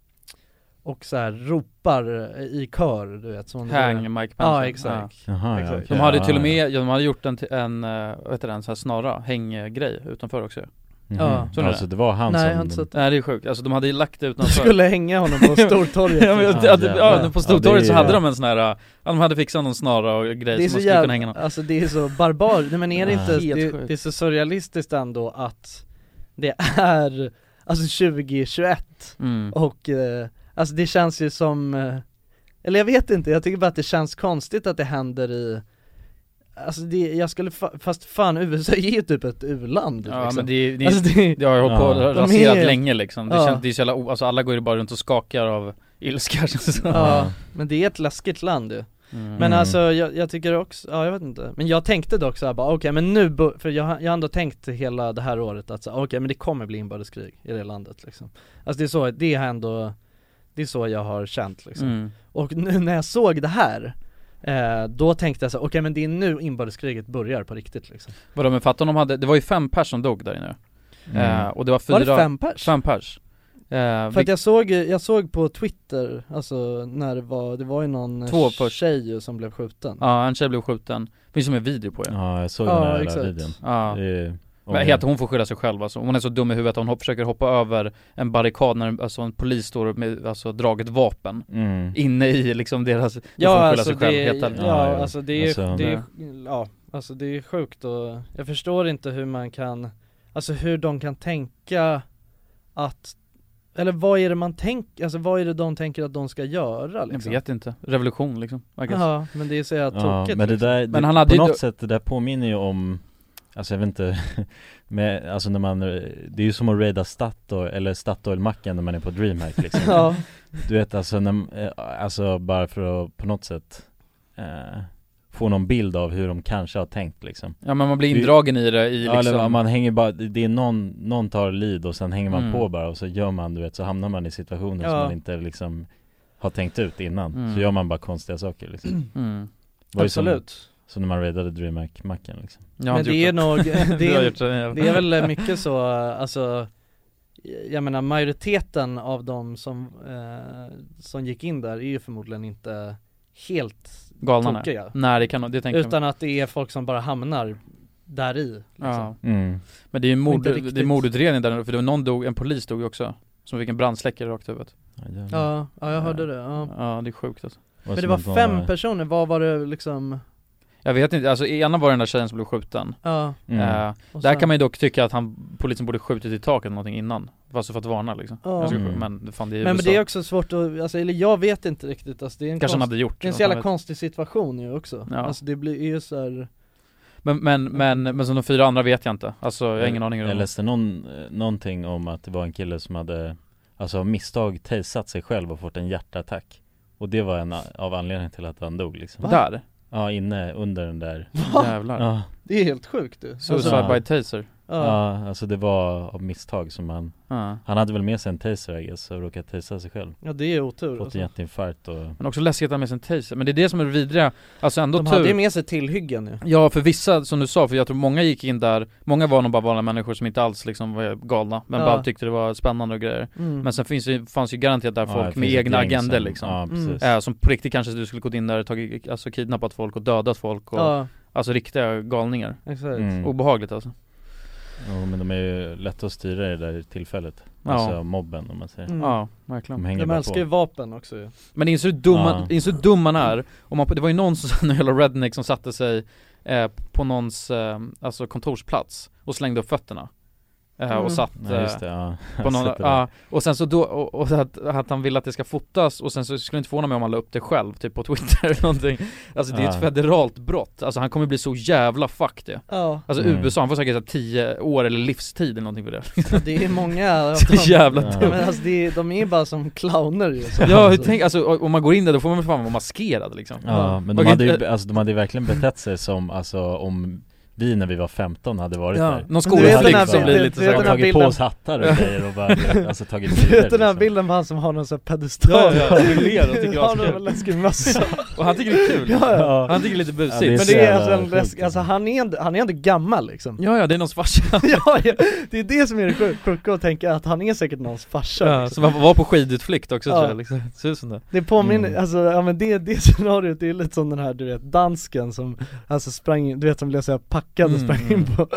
och så här ropar i kör du vet som om det vore- Hang Mike Pence. Ja exakt Jaha, ja, exakt. okej. De hade ju ja, till och ja. med, ja, de hade gjort en, en, eh, vad heter det, en sån här snara, hänggrej utanför också Mhm. Ja. Så nu- Alltså det var han Nej som... jag har inte sett Nej det är sjukt, alltså de hade ju lagt det De utanför skulle hänga honom på Stortorget Ja, men, Ah, ja, det- jävlar. ja, på Ja, Stortorget det är- så hade de en sån här, eh, ja, de hade fixat någon snara och grej Det är som så man skulle kunna hänga jävla, någon alltså det är så barbar, nej men är det Ja. inte, Helt det, sjukt. det är så surrealistiskt ändå att det är, alltså 2021 mm. och, eh, alltså det känns ju som, eh, eller jag vet inte, jag tycker bara att det känns konstigt att det händer i Alltså det, jag skulle, fa- fast fan USA är ju typ ett u-land Ja liksom. men det, det, Alltså det, Det har ju hållit på Ja. och De är raserat helt- länge liksom, det, Ja. känns, det är så jävla, o- alltså alla går ju bara runt och skakar av ilska känns det som. ja, men det är ett läskigt land ju Mm. Men Mm. alltså jag, jag tycker också, ja jag vet inte, men jag tänkte dock såhär bara okej men nu, bör- för jag, har- jag har ändå tänkt hela det här året att så, okej men det kommer bli inbördeskrig i det landet liksom Alltså det är så, det har ändå, det är så jag har känt liksom Mm. Och nu när jag såg det här, eh, då tänkte jag så här, okej men det är nu inbördeskriget börjar på riktigt liksom Vadå men fatta om de hade, det var ju fem personer som dog där inne Eh, och det var fyra Mm. Var det fem pers? Fem pers Eh, För vi, att jag såg, jag såg på Twitter, alltså när det var, det var ju någon Två Två först. tjej ju som blev skjuten Ja, en tjej blev skjuten, finns som en video på ja Ja, jag såg Ja, den här exakt. jävla videon. Ja. Det är- Men helt, hon får skylla sig själv alltså. Hon är så dum i huvudet att hon hopp, försöker hoppa över en barrikad när en- alltså, en polis står med alltså, draget vapen Mm. inne i liksom deras, då Ja får hon skylla alltså sig själv det, helt ärligt. ja, Ja, ja. alltså det är Alltså, det är, ja, alltså det är sjukt och jag förstår inte hur man kan, alltså hur de kan tänka att, eller vad är det man tänker, alltså vad är det de tänker att de ska göra liksom? Jag vet inte, revolution liksom I guess. Ja, men det är så jävla Ja, tokigt men det liksom. där, det, Men han hade på ju något då- sätt, det där påminner ju om Alltså jag vet inte, men alltså när man, det är ju som att raida Statoil, eller Statoil-macken när man är på DreamHack liksom Ja, Du vet alltså, när, eh, alltså bara för att på något sätt eh, få någon bild av hur de kanske har tänkt liksom Ja men man blir Vi- indragen i det i Ja, liksom eller man hänger bara, det är någon, någon tar lead och sen hänger man Mm. på bara och så gör man du vet, så hamnar man i situationer som Ja. man inte liksom har tänkt ut innan Mm. Så gör man bara konstiga saker liksom mm. Det var ju som, absolut som när man raidade DreamHack-macken liksom Jag har Men inte det är gjort nog, det Du har är, gjort det, Det är väl eh, mycket så, alltså jag menar majoriteten av de som, eh, som gick in där är ju förmodligen inte helt galnarna tokiga Nej det kan nog- det tänker jag Utan att det är folk som bara hamnar där i ja. liksom. mm. Men det är ju mord, Inte det är riktigt. mordutredning där, för det var någon dog, en polis dog ju också Som fick en brandsläckare rakt i huvudet jävlar. ja. ja, jag hörde det ja. Ja det är sjukt alltså. Men det som var att de fem personer, vad var det liksom? Jag vet inte, alltså ena var den där tjejen som blev skjuten Ja, Mm. eh, och Där sen- kan man ju dock tycka att han, polisen borde skjutit i taket eller någonting innan Fast för att varna liksom Ja. Jag ska- Mm. Men fan det är Men, men USA. det är också svårt att, alltså, eller jag vet inte riktigt alltså, det är en, Kanske han konst, hade gjort det är en så något, jävla jag vet. konstig situation ju också Ja. Alltså det blir är ju såhär, men, men, men, men som de fyra andra vet jag inte Alltså jag har ingen aning hur Jag de läste någon, eh, någonting om att det var en kille som hade Alltså av misstag tasat sig själv och fått en hjärtattack Och det var en a- av anledningarna till att han dog liksom Där? Ja inne under den där Jävlar ja, det är helt sjukt du Suicide Alltså- by taser ja. ja. alltså det var av misstag som han ja. Han hade väl med sig en taser I guess och råkade tasa sig själv ja, det är otur Fått alltså. en hjärtinfarkt och Men också läskigt att ha med sig en taser, men det är det som är det vidriga Alltså ändå De tur hade ju med sig tillhyggen ju Ja för vissa, som du sa, för jag tror många gick in där Många var nog bara vanliga människor som inte alls liksom var galna Men Ja. Mm. bara tyckte det var spännande och grejer Men sen finns det, fanns ju garanterat där Ja, det folk med finns ett egna gäng som- agender liksom Mm. Ja precis Eh, som på riktigt kanske du skulle gått in där och tagit, alltså kidnappat folk och dödat folk och, Ja, Alltså riktiga galningar exakt Mm. Obehagligt alltså Jo, men de är ju lätta att styra i det där tillfället Ja. Alltså mobben om man säger Mm. Ja, verkligen De hänger De bara älskar ju på vapen också ju Men inser hur dum, man, Ja. inser hur dum man är? Om man, det var ju någon sån jävla redneck som satte sig eh, på någons, eh, alltså kontorsplats och slängde upp fötterna eh, Mm. Och satt Ja just det, eh, ja på Jag någon, sätter det. ja, och sen så då, och, och att, att han ville att det ska fotas och sen så skulle det inte förvåna mig om han la upp det själv, typ på Twitter eller någonting Alltså det är ett Ja. federalt brott, alltså han kommer bli så jävla fucked ju Ja, Alltså Mm. USA, han får säkert så här 10 år eller livstid eller någonting för det det är många av Så dem. jävla Ja. Ja, dumt Men alltså det är, de är ju bara som clowner ju så. Ja, hur tänk, alltså om man går in där då får man väl fan vara maskerad liksom Ja, men de Okej, hade ju, eh, alltså, de hade ju verkligen betett sig som, alltså om vi när vi var 15 hade varit ja. där Någon Du vet den skolflicka här som bilden- blir lite du vet De den här har såhär tagit bilden- på oss hattar och grejer och bara, alltså tagit Du bilder vet den här liksom. bilden på han som har någon sån här pedestal? Ja, ja, det ler och tycker det är Han har askul. en läskig mössa Och han tycker det är kul Ja, ja. Han tycker det är lite Ja, det är busigt Men så det är jävla alltså en sjukt, läsk, alltså. alltså han är, ändå, han är ändå gammal liksom Ja ja, det är någons farsa Ja, ja, det är det som är det sjuk- sjuka att tänka att han är säkert någons farsa ja, liksom. Som var- var på skidutflykt också Ja. tror jag liksom, ser ut som det Det påminner, Mm. alltså ja men det, det scenariot det är lite som den här du vet dansken som Alltså sprang in, du vet som blev såhär packad och Mm, sprang in på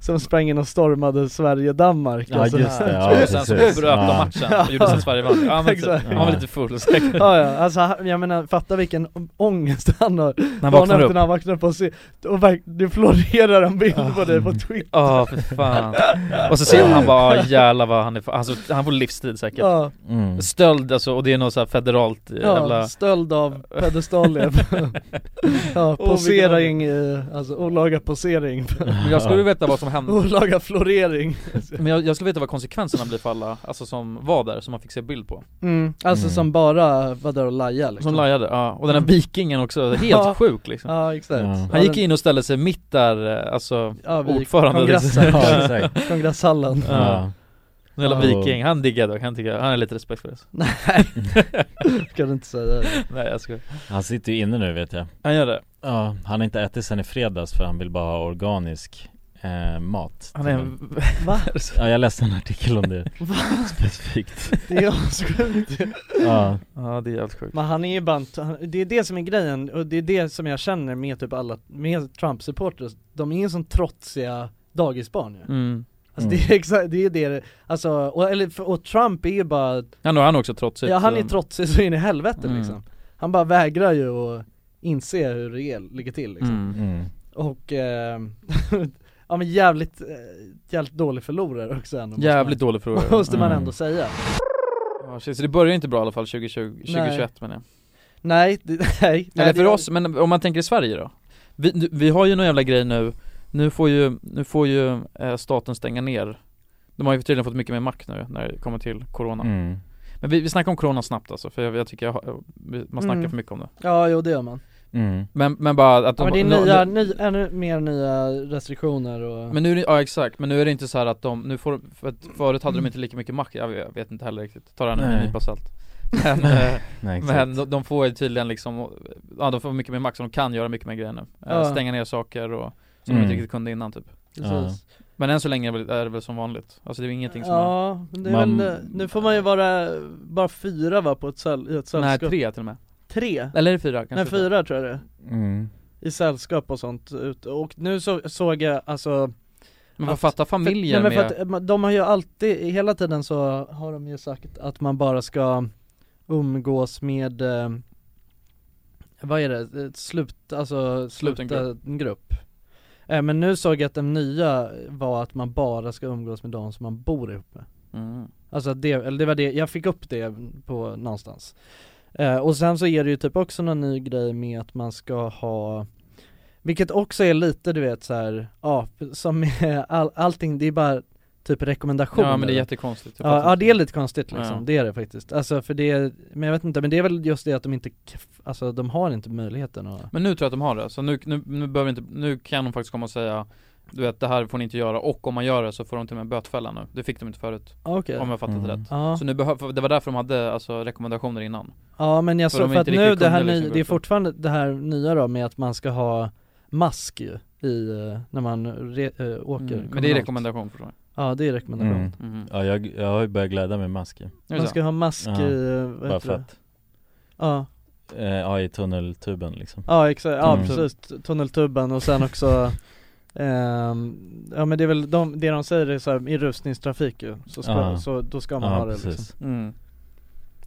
Som sprang in och stormade Sverige-Danmark Ja alltså. just det, Och ja sen så precis bröt de ja. matchen och gjorde så att Sverige vann Ja men typ, Exakt. han var lite full säkert Ja, ja, alltså han- jag menar fatta vilken å- ångest han har När han vaknar Dagen efter upp När han vaknar upp och ser, och verk, det florerar en bild på dig på Twitter Ja för fan Och så ser han bara, "Ah, jävlar vad han är fa-" alltså, han får livstid säkert Mm. Ja, mm. Stöld alltså, och det är något såhär federalt eh, jävla ja stöld av pedestaler Ja, posering, eh, alltså olaga posering Men jag skulle vilja veta vad som hände Olaga florering Men jag, jag skulle vilja veta vad konsekvenserna blir för alla, alltså som var där, som man fick se bild på mm, Alltså Mm. som bara var där och lajade liksom Som lajade, ja, och den här vikingen också, Ja. helt sjuk liksom Ja exakt Ja. Han gick in och ställde sig mitt där, eh, alltså ja, vi- ordförande kongressen, Ja exakt kongresshallen ja. En jävla Ja. viking, han diggar dock, han tycker, han är lite respektlös Nej, kan du inte säga det Nej jag skojar Han sitter ju inne nu vet jag Han gör det? Ja, han har inte ätit sen i fredags för han vill bara ha organisk eh, mat. Han är en... Va? Ja, jag läste en artikel om det specifikt. Det är assjukt. Ja. Ja det är jävligt sjukt Men han är ju bara inte- han- det är det som är grejen och det är det som jag känner med typ alla, med Trump-supporters. De är ju som trotsiga dagisbarn ju. mm. Alltså det är exakt, det är det, alltså, och, eller, för- och Trump är ju bara, Han är han också trotsigt ja han är så- trotsig så in i helvete Mm. liksom. Han bara vägrar ju att inse hur det är- ligger till liksom. mm. Mm. Och, eh, ja men jävligt, eh, jävligt dålig förlorare också ändå, måste Jävligt dålig man, fråga Måste man Mm. ändå säga. ja, shit, Så det börjar inte bra i alla fall 2020, 2021 menar jag Nej, det, nej. Eller nej, för det- oss, men om man tänker i Sverige då? Vi, nu- vi har ju någon jävla grej nu, nu får ju, nu får ju eh, staten stänga ner De har ju tydligen fått mycket mer makt nu när det kommer till corona Mm. Men vi, vi snackar om corona snabbt alltså, för jag, jag tycker jag, har- vi- man snackar Mm. för mycket om det Ja jo det gör man. Mm. Men, men bara att Ja, men det är nå- nya, ny, ännu mer nya restriktioner och Men nu är det, ja exakt, men nu är det inte så här att de, nu får de- för att förut hade de inte lika mycket makt, jag vet, jag vet inte heller riktigt, tar det här nu med en Nej. nypa salt Men, eh, Nej, exakt. men de, de får ju tydligen liksom, ja de får mycket mer makt så de kan göra mycket mer grejer nu Eh, Ja. Stänga ner saker och, som de Mm. inte riktigt kunde innan typ precis. Men än så länge är det väl- är det väl som vanligt, alltså det är ju ingenting som har, Ja, men det är Man- väl, nu får man ju vara, bara fyra va på ett, säll, i ett nej sällskap? tre till och med, Tre? eller är det fyra kanske? Nej fyra tror jag det är. Mm. I sällskap och sånt, ut- och nu så, såg jag alltså Men vad Att- fattar familjer för, nej, men med, för att, eh, de har ju alltid, hela tiden så har de ju sagt att man bara ska umgås med eh, vad är det, Ett slut, alltså Sluten sluten grupp eh, Men nu såg jag att den nya var att man bara ska umgås med de som man bor ihop med mm. Alltså att det, eller det var det, jag fick upp det på någonstans eh, Och sen så är det ju typ också någon ny grej med att man ska ha Vilket också är lite du vet så här, ja som med all, allting, det är bara typ rekommendationer Ja men det är jättekonstigt Jag Ja, fattar ja inte. det är lite konstigt liksom, Ja. det är det faktiskt. Alltså för det, men jag vet inte, men det är väl just det att de inte, k- alltså de har inte möjligheten att Men nu tror jag att de har det, så nu, nu, nu behöver inte, nu kan de faktiskt komma och säga Du vet det här får ni inte göra och om man gör det så får de till och med bötfälla nu Det fick de inte förut, Okej om jag fattat det Mm. rätt Ja, Så nu behöver, det var därför de hade alltså rekommendationer innan ja men jag för så, de för att inte riktigt nu det här kunde ny, liksom gå det är ut och- fortfarande det här nya då med att man ska ha mask ju i, eh, när man re, eh, åker Mm. Men det är kommunalt. rekommendation förstår Ja det är rekommendation Mm. jag mm. Ja, jag, jag har ju börjat glädja mig med masken. Är det Man så? ska ha mask Ja, i, eh, vad Bara heter för det? att, Ja, eh, ja i tunneltuben liksom. ja exakt, ja Mm. precis, tunneltubben och sen också ehm, ja men det är väl de, det de säger är så här, i rusningstrafik ju, så, ska, Ja. så då ska man Ja, ha det liksom. precis. Mm.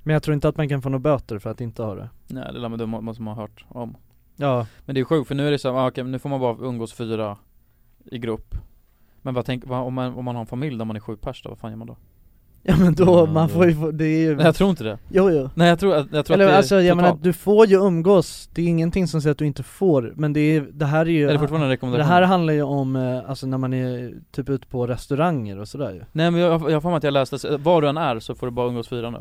Men jag tror inte att man kan få några böter för att inte ha det Nej det där med det må- måste man ha hört om Ja, Men det är sjukt för nu är det så här, ah, okej men nu får man bara umgås fyra i grupp Men vad tänk, vad, om, man, om man har en familj där man är sju pers då, vad fan gör man då? ja men då, Ja, man då- får ju, få- det är ju, Nej jag tror inte det jo jo Nej jag tror, jag, jag tror Eller att det är alltså jag totalt. menar, du får ju umgås, det är ingenting som säger att du inte får, men det är, det här är ju Är det fortfarande en Det rekommendation? här handlar ju om, eh, alltså när man är typ ute på restauranger och sådär ju Nej men jag, jag har för mig att jag läste, så- var du än är så får du bara umgås fyra nu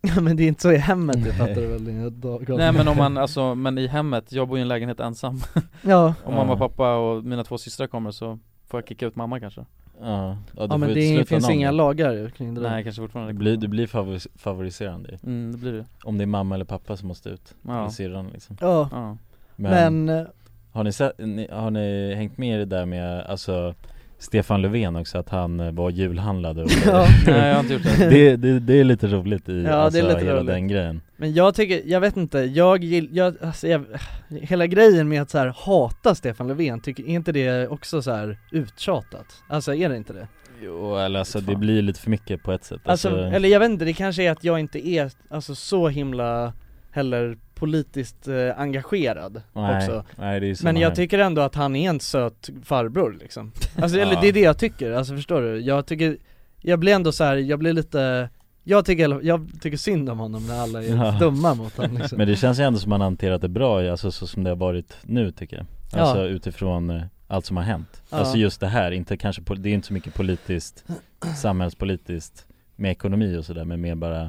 Ja men det är inte så i hemmet det fattar du väl dina dagar Nej men om man, alltså, men i hemmet, jag bor i en lägenhet ensam Ja, Om mamma och Ja. pappa och mina två systrar kommer så får jag kicka ut mamma kanske Ja, ja, du ja men får det är, utesluta finns någon. inga lagar ju kring det Nej där kanske fortfarande Du blir, du blir favoris- favoriserande ju. Mm det blir det Om det är mamma eller pappa som måste ut, eller Ja, syrran liksom Ja, ja. Men, men, eh, Har, ni sett, ni, har ni hängt med i det där med, alltså Stefan Löfven också, att han eh, var julhandlade och Ja. Nej jag har inte gjort det det, det, det är lite roligt i, Ja, det är alltså, lite hela roligt. den grejen men jag tycker, jag vet inte, jag gill, jag, alltså jag, hela grejen med att så här hata Stefan Löfven, tycker är inte det också så här uttjatat? Alltså är det inte det? Jo, eller alltså det Fan. blir lite för mycket på ett sätt Alltså, eller jag vet inte, det kanske är att jag inte är alltså så himla heller politiskt eh, engagerad nej, också Nej det är ju samma Men jag här. tycker ändå att han är en söt farbror liksom Alltså eller Ja. det är det jag tycker, alltså förstår du? Jag tycker, jag blir ändå så här, jag blir lite jag tycker, jag tycker synd om honom när alla är Ja. dumma mot honom liksom. Men det känns ju ändå som man hanterat det bra, i- alltså så som det har varit nu tycker jag Ja. Alltså utifrån eh, allt som har hänt Ja. Alltså just det här, inte kanske, pol- det är inte så mycket politiskt, samhällspolitiskt med ekonomi och sådär men mer bara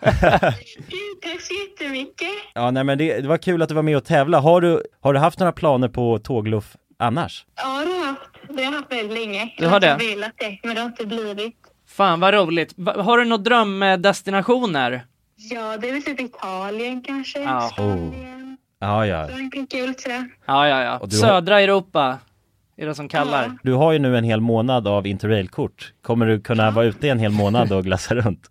Tack så jättemycket. Ja, nej men det, det var kul att du var med och tävla. Har du, har du haft några planer på tågluff annars? Ja, det har jag haft. Det har jag haft väldigt länge. Du har det? Jag har velat det, men det har inte blivit. Fan vad roligt. Va- Har du några drömdestinationer? Ja, det är väl typ Italien kanske. Ja. Spanien. Ja, ja. Frankrike, kul tror jag. Ja, ja, ja. Och du har- Södra Europa är det som kallar. Ja. Du har ju nu en hel månad av interrailkort. Kommer du kunna vara ute en hel månad och glassa runt?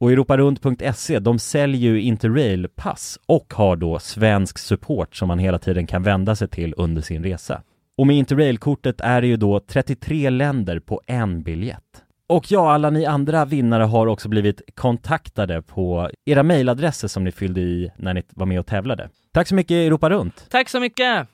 Och europarunt.se, E, de säljer ju Interrail-pass och har då svensk support som man hela tiden kan vända sig till under sin resa. Och med Interrail-kortet är det ju då 33 länder på en biljett. Och ja, alla ni andra vinnare har också blivit kontaktade på era mejladresser som ni fyllde i när ni var med och tävlade. Tack så mycket Europa Runt! Tack så mycket!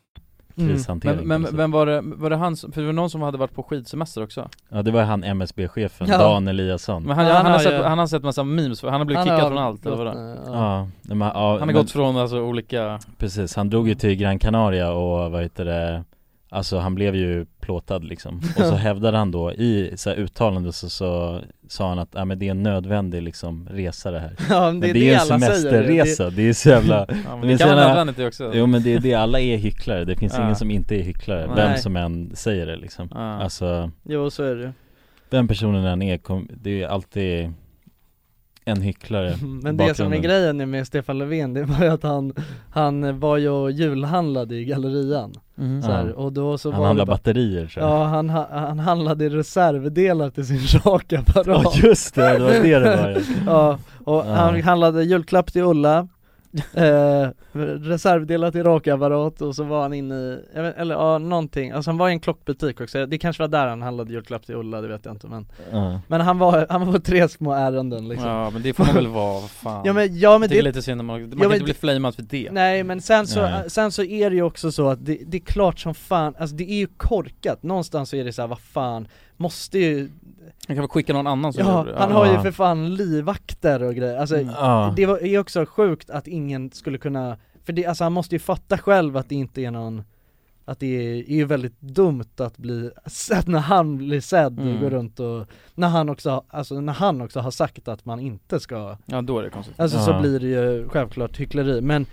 Mm. Krishantering. alltså. Men, men vem var det, var det han, som- för det var någon som hade varit på skidsemester också? Ja, det var han MSB-chefen, Ja. Dan Eliasson. Men han, Ja, han, han har har sett, ju- han har sett massa memes, för han har blivit Han kickad har- från allt eller vadå? Ja, nej, men, ja, Han har men- gått från alltså olika, Precis, han drog ju till Gran Canaria och vad heter det Alltså han blev ju plåtad liksom Och så hävdade han då i så här uttalande så, så sa han att ja men det är en nödvändig liksom resa det här Ja, men det är det ju en alla säger. semesterresa, det är så jävla ja, men Det är det så kan vara jävla- nödvändigt det också Jo men det är det, alla är hycklare, det finns Ja. ingen som inte är hycklare, vem Nej. som än säger det liksom Ja. Alltså, Jo så är det ju. den personen än är, kom, det är ju alltid en hycklare Men det som är bakgrunden. grejen är med Stefan Löfven, det var ju att han, han var ju och julhandlade i gallerian Mhm. så här, och då så Mm. Han var handlar det bara- batterier tror jag Ja han, ha- han handlade reservdelar till sin rakapparat Ja just det, det var det det var ja. Ja, och Ja. han handlade julklapp till Ulla eh, Reservdelar till rakapparat och så var han inne i, jag vet- eller ja någonting, alltså han var i en klockbutik också, det kanske var där han handlade julklapp till Ulla, det vet jag inte men ja. Men han var, han var på tre små ärenden liksom Ja, Ja men det får man väl vara, vad fan men, ja, men det är det, lite synd när man, man men kan inte det- bli flamad för det Nej men sen så, Nej. sen så är det ju också så att det, det är klart som fan, alltså det är ju korkat, någonstans så är det så här, vad fan, måste ju, Man kan väl skicka någon annan som ja gör det. han har ju Ja. för fan livvakter och grejer, alltså Ja. det var, är också sjukt att ingen skulle kunna, för det, alltså han måste ju fatta själv att det inte är någon att det är, är ju väldigt dumt att bli sett när han blir sedd Mm. och går runt och När han också, alltså när han också har sagt att man inte ska Ja då är det konstigt Alltså Ja. så blir det ju självklart hyckleri men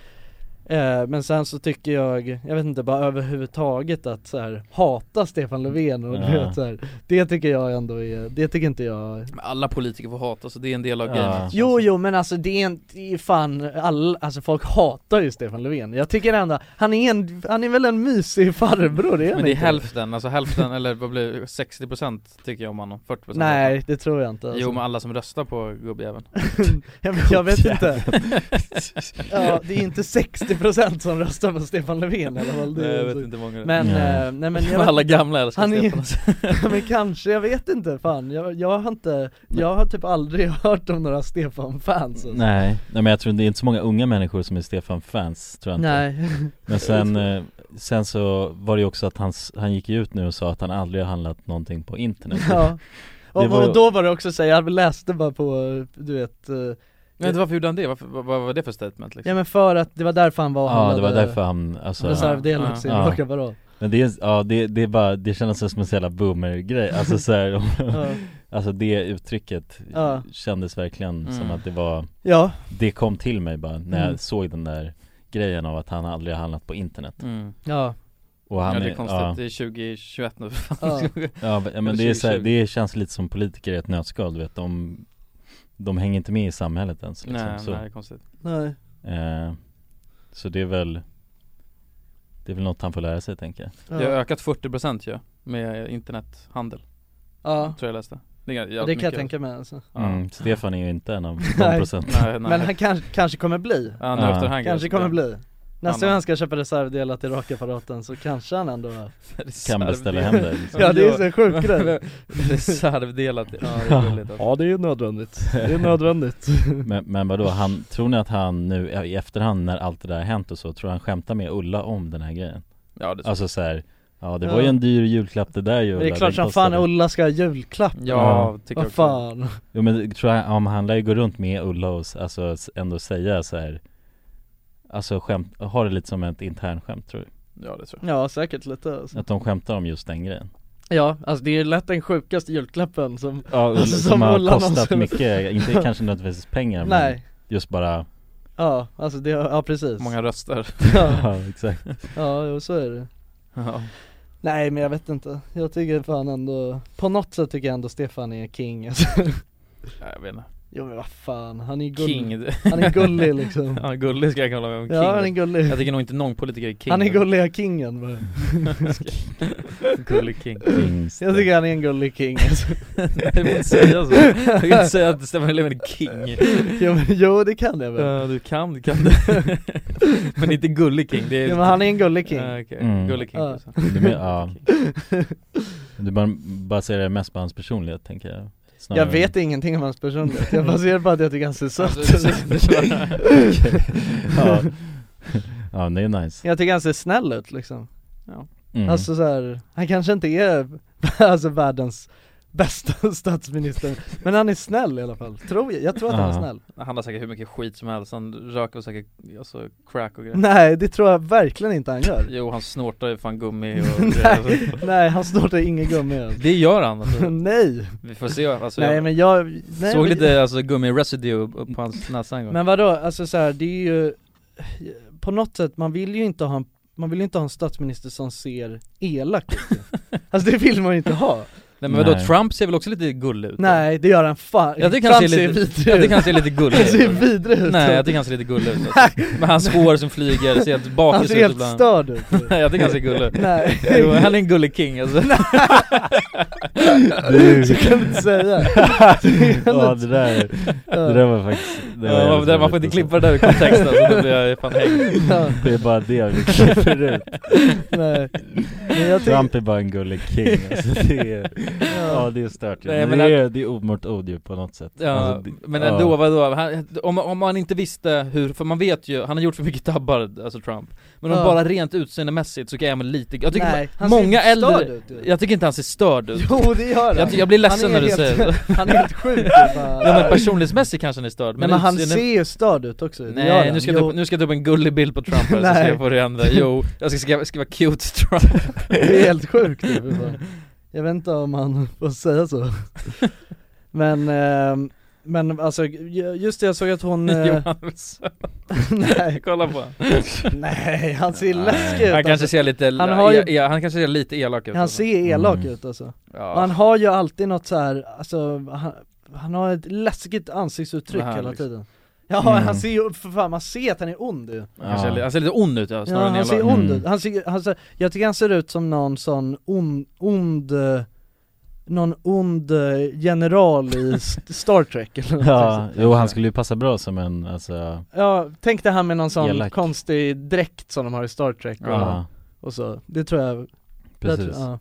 eh, Men sen så tycker jag, jag vet inte bara överhuvudtaget att så här, hata Stefan Löfven och du Ja. vet, så här, Det tycker jag ändå är, det tycker inte jag Men alla politiker får hata så det är en del av Ja. grejen Jo jo men alltså det är en, det är fan, all, alltså folk hatar ju Stefan Löfven Jag tycker ändå, han är en, han är väl en mysig farbror är han Men det är inte? hälften, alltså hälften eller vad blir det? 60% tycker jag om honom, 40% Nej det tror jag inte alltså. Jo men alla som röstar på gubbjäveln jag, jag vet inte Ja det är ju inte 60% som röstar på Stefan Löfven i alla fall det är Nej, jag ju vet så- inte hur många det är. Men, Nej. eh, nej men jag vet Alla gamla älskar Han är- Stefan Ja, men kanske, jag vet inte fan. Jag, jag har inte, jag har typ aldrig hört om några Stefan-fans alltså. Nej, nej men jag tror det är inte så många unga människor som är Stefan-fans tror jag inte Nej. Men sen, eh, sen så var det ju också att han, s- han gick ju ut nu och sa att han aldrig har handlat någonting på internet Ja. Och, Det var ju- och då var det också såhär, jag läste bara på, du vet, eh, Nej varför gjorde han det? Varför, vad, vad var det för statement liksom? ja men för att det var därför han var och Ja det var handlade därför han, alltså reservdelen Ja, till sin ja. rakapparat. Men det, är, ja det, det är bara, det kändes som en sån jävla boomer-grej, alltså så här, Ja. Alltså det uttrycket Ja. kändes verkligen som Mm. att det var, ja, det kom till mig bara när jag Mm. såg den där grejen av att han aldrig har handlat på internet Mm. ja, och Ja han det är konstigt, ja, det är 2021 nu ja. Ja men- ja, men Eller det är så här, 2020. det känns lite som politiker i ett nötskal du vet, de, de hänger inte med i samhället ens liksom. Nej, så, nej det är konstigt Nej. Eh, så det är väl Det är väl något han får lära sig tänker jag Det har Ja. ökat 40% ju med internethandel, ja. tror jag läste Det, är Det jävligt kan jag mycket. tänka mig alltså. Ja. mm. Stefan är ju inte en av de Nej. procenten Nej, nej. Men han kanske, kanske kommer bli, ja, nu Ja. efter den här kanske grejen. kommer bli Nästa Ja, gång han ska köpa reservdelar till rakapparaten så kanske han ändå Kan beställa hem det liksom. Ja det är så sjukt grej Reservdelat, ja det är gulligt alltså. Ja det är nödvändigt, det är nödvändigt men, men vadå, han, tror ni att han nu i efterhand när allt det där har hänt och så, tror han skämtar med Ulla om den här grejen? Ja det är så. Alltså så här, ja det Ja. var ju en dyr julklapp det där ju Men Ulla det är klart Den som fan kostade- Ulla ska ha julklapp Ja, tycker jag Vad också fan Jo men det- tror jag, om han lär ju gå runt med Ulla och s- alltså s- ändå säga så här Alltså skämt, ha det lite som ett internskämt tror Ja det tror jag Ja säkert lite jag alltså. Att de skämtar om just den grejen Ja alltså det är lätt den sjukaste julklappen som Ja, Alltså, som, som har Ulla kostat någonsin. mycket, inte kanske nödvändigtvis pengar men Nej, just bara, ja alltså det, ja precis Många röster Ja, ja exakt ja jo, så är det Nej men jag vet inte, jag tycker fan ändå, på något sätt tycker jag ändå Stefan är king alltså. Ja, jag vet inte. Jo men vad fan, han är gullig King. Han är gullig liksom Ja, gullig ska jag kalla honom. King. Ja han är gullig Jag tycker nog inte någon politiker är king. Han är gulliga kingen bara. Gullig king. Jag tycker han är en gullig king alltså. Nej, du får inte säga så. Du kan inte säga att Stefan Löfven är king. jo, men, jo det kan jag väl Ja, du kan, du kan Men inte gullig king, det är... Ja, men han är en gullig king. Ja, okej. Mm. Gullig king. Ja. alltså. Du men, ja. Du bara baserar mest på hans personlighet tänker jag Snarare Jag än- Mm. vet ingenting om hans personlighet, jag baserar bara att jag tycker han ser söt Alltså, det är- det ut är- Okej. ja. ja, det är nice Jag tycker han ser snäll ut liksom mm. Alltså så här, han kanske inte är alltså världens bästa statsminister Men han är snäll i alla fall, tror jag, jag tror att han Ja. är snäll Han har säkert hur mycket skit som helst, han röker säkert alltså, crack och grejer Nej det tror jag verkligen inte han gör Jo han snortar ju fan gummi och grejer Nej, alltså. nej han snortar inget gummi alls. Det gör han alltså. Nej! vi får se alltså, Nej jag men jag, nej, såg men- lite alltså, gummi-residue upp på hans näsa en gång Men vadå, alltså så här, det är ju På något sätt, man vill ju inte ha en, man vill ju inte ha en statsminister som ser elak ut ju. Alltså det vill man ju inte ha Nej men vadå, Nej. Trump ser väl också lite gullig ut? Nej det gör han fan, Jag tycker han Trump ser lite, vidrig jag ut. tycker han ser lite gullig Han ser ut vidrig ut Nej jag tycker han ser lite gullig ut alltså. Med hans hår som flyger, ser helt Han bakis ser ut helt ibland störd ut Nej jag tycker han ser gullig ut Nej, Jo, han är en gullig king alltså. så kan du inte säga Ja det där, det där var faktiskt det var ja, jävligt där, man får roligt inte klippa det där ur kontexten så då blir jag fan hängd Ja, alltså. Det är bara det vi klipper ut nej Men jag tycker, Trump är bara en gullig king alltså, det är, ja det är stört ju. Nej, men det, är, det är omört ord ju på något sätt Ja, Alltså, det- men ja. ändå, vadå? Han, om, om man inte visste hur, för man vet ju, han har gjort för mycket tabbar, alltså Trump Men om Ja. bara rent utseendemässigt så kan jag väl lite, jag tycker nej, ma- han många ser inte äldre, störd ut ju. jag tycker inte han ser störd ut Jo det gör han jag, ty- jag blir Han är ledsen när du helt- säger det Han är helt sjuk ju, bara. ja, men personlighetsmässigt kanske han är störd, Nej men han utseende- ser ju störd ut också, det gör Nej, han. nu ska, Jo. jag ta upp, nu ska jag ta upp en gullig bild på Trump här så ska Nej. jag få det ändra Jo, jag ska skriva, skriva cute Trump Det är helt sjukt typ. Jag vet inte om man får säga så Men, eh, men alltså ju- just det jag såg att hon, eh, Johan, så- nej, kolla på honom nej han ser Nej. läskig ut Han kanske alltså. ser lite, Han har ju- ja, ja, han kanske ser lite elak ut Han alltså. ser elak Mm. ut alltså ja. Och han har ju alltid något så här, alltså han, han har ett läskigt ansiktsuttryck Det här, hela liksom. tiden Ja Mm. han ser ju, för fan man ser att han är ond ju Han, kanske Ja. är li- han ser lite ond ut ja, snarare Ja än han elak ser elak. ond Mm. ut, han ser, han ser, jag tycker han ser ut som någon sån ond, ond eh, någon ond eh, general i S- Star Trek eller något Ja, sånt. jo han skulle ju passa bra som en, alltså, ja, tänk dig han med någon sån Elak. konstig dräkt som de har i Star Trek och, ja, Ja. och så, det tror jag precis jag tror, ja.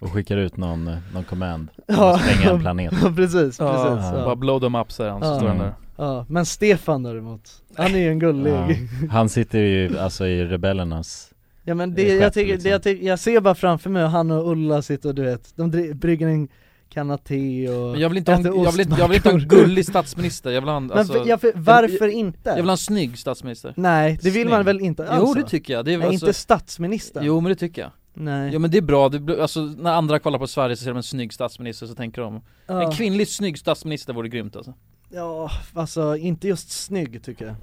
Och skickar ut någon, eh, någon command, Ja. ja. spränga en planet ja precis, precis Bara ja. blow them up säger han, så Ja. står han där Ja. Men Stefan däremot, han är ju en gullig Ja. ja. Han sitter ju alltså i rebellernas men Det det, är jag skepp, tycker, det, liksom. jag, tycker, jag ser bara framför mig hur han och Ulla sitter och du vet, de dri- brygger en kanna te och Men jag vill inte ha en, äter jag vill, inte- jag vill inte ha en ostmackor. gullig statsminister, jag vill ha en, Men alltså, för, jag, ja, för, varför inte? vill ha en snygg statsminister Nej, det vill man Snygg. väl inte alls? Jo det va? tycker jag, det är Nej, alltså, inte statsminister Jo men det tycker jag, Nej jo men det är bra, det blir, alltså när andra kollar på Sverige så ser de en snygg statsminister så tänker de ja. En kvinnlig snygg statsminister vore grymt alltså ja, alltså inte just snygg tycker jag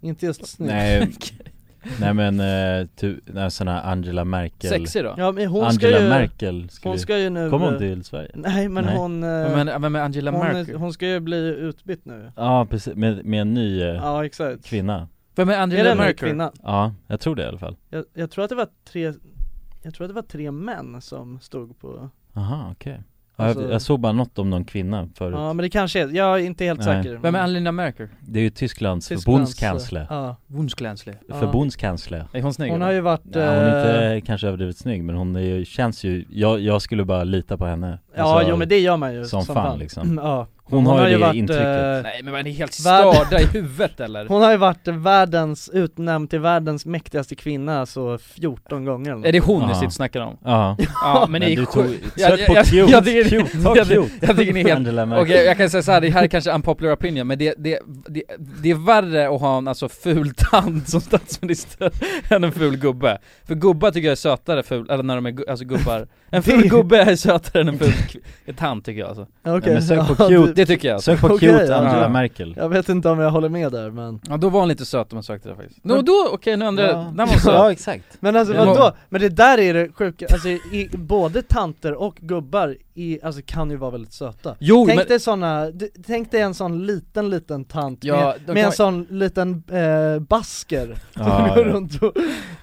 Inte just snygg Nej, nej men, eh, ty, nej, sån här Angela Merkel Sexig då? Ja men hon Angela ska ju, Merkel skulle hon ska ju nu Kom hon eh, till Sverige? Nej men Nej. hon, eh, Men, men med Angela hon, Merkel? hon ska ju bli utbytt nu Ja precis, med, med en ny eh, Ja exakt kvinna Vem är Är Angela det en Merkel? kvinna? Ja, jag tror det i alla fall Jag, jag tror att det var tre, jag tror att det var tre män som stod på Aha, okej ja, Alltså- jag, jag såg bara något om någon kvinna förut Ja men det kanske är, jag är inte helt Nej. säker Vem är Angela Merkel? Det är ju Tysklands Tysklands- eh, förbundskansler Ja, Wunschglänzle Alltså, ja. Förbundskansler Är hon snygg? Hon eller? har ju varit, Nej, hon är eh, inte kanske överdrivet snygg men hon är ju, känns ju, jag, jag skulle bara lita på henne Alltså, Ja jo men det gör man ju som fan, liksom. ja. hon, har ju det intrycket eh, Nej men man är helt Värd- störda i huvudet eller? Hon har ju varit världens, utnämnd till världens mäktigaste kvinna så 14 gånger eller Är det hon ni Ja. sitter och snackar om? Ja, Ja men, det är du ju tog, sjukt sök på cute, jag, tycker ni- cute, ta jag, cute jag tycker ni är helt Angela Merkel. Okej jag kan säga så här, det här är kanske unpopular opinion men det, det, det, det är värre att ha en alltså ful tant som statsminister än en ful gubbe För gubbar tycker jag är sötare ful, eller när de är gu, alltså gubbar En ful gubbe är sötare än en ful är tant tycker jag alltså Ja, okej. Nej, men sök på Ja, cute, du- det tycker jag alltså. Sök på Okej, cute ja. Angela Merkel. Jag vet inte om jag håller med där men Ja då var hon lite söt om jag sökte det faktiskt No, då, okej nu ändrar jag, när man söt Men alltså Ja. vadå? Men det där är det sjuka, alltså i, både tanter och gubbar i, alltså, kan ju vara väldigt söta Jo, Tänk men- dig såna, d- tänk dig en sån liten liten tant Ja, med, de med kan- en sån liten eh, basker som Ja, går ja. runt och,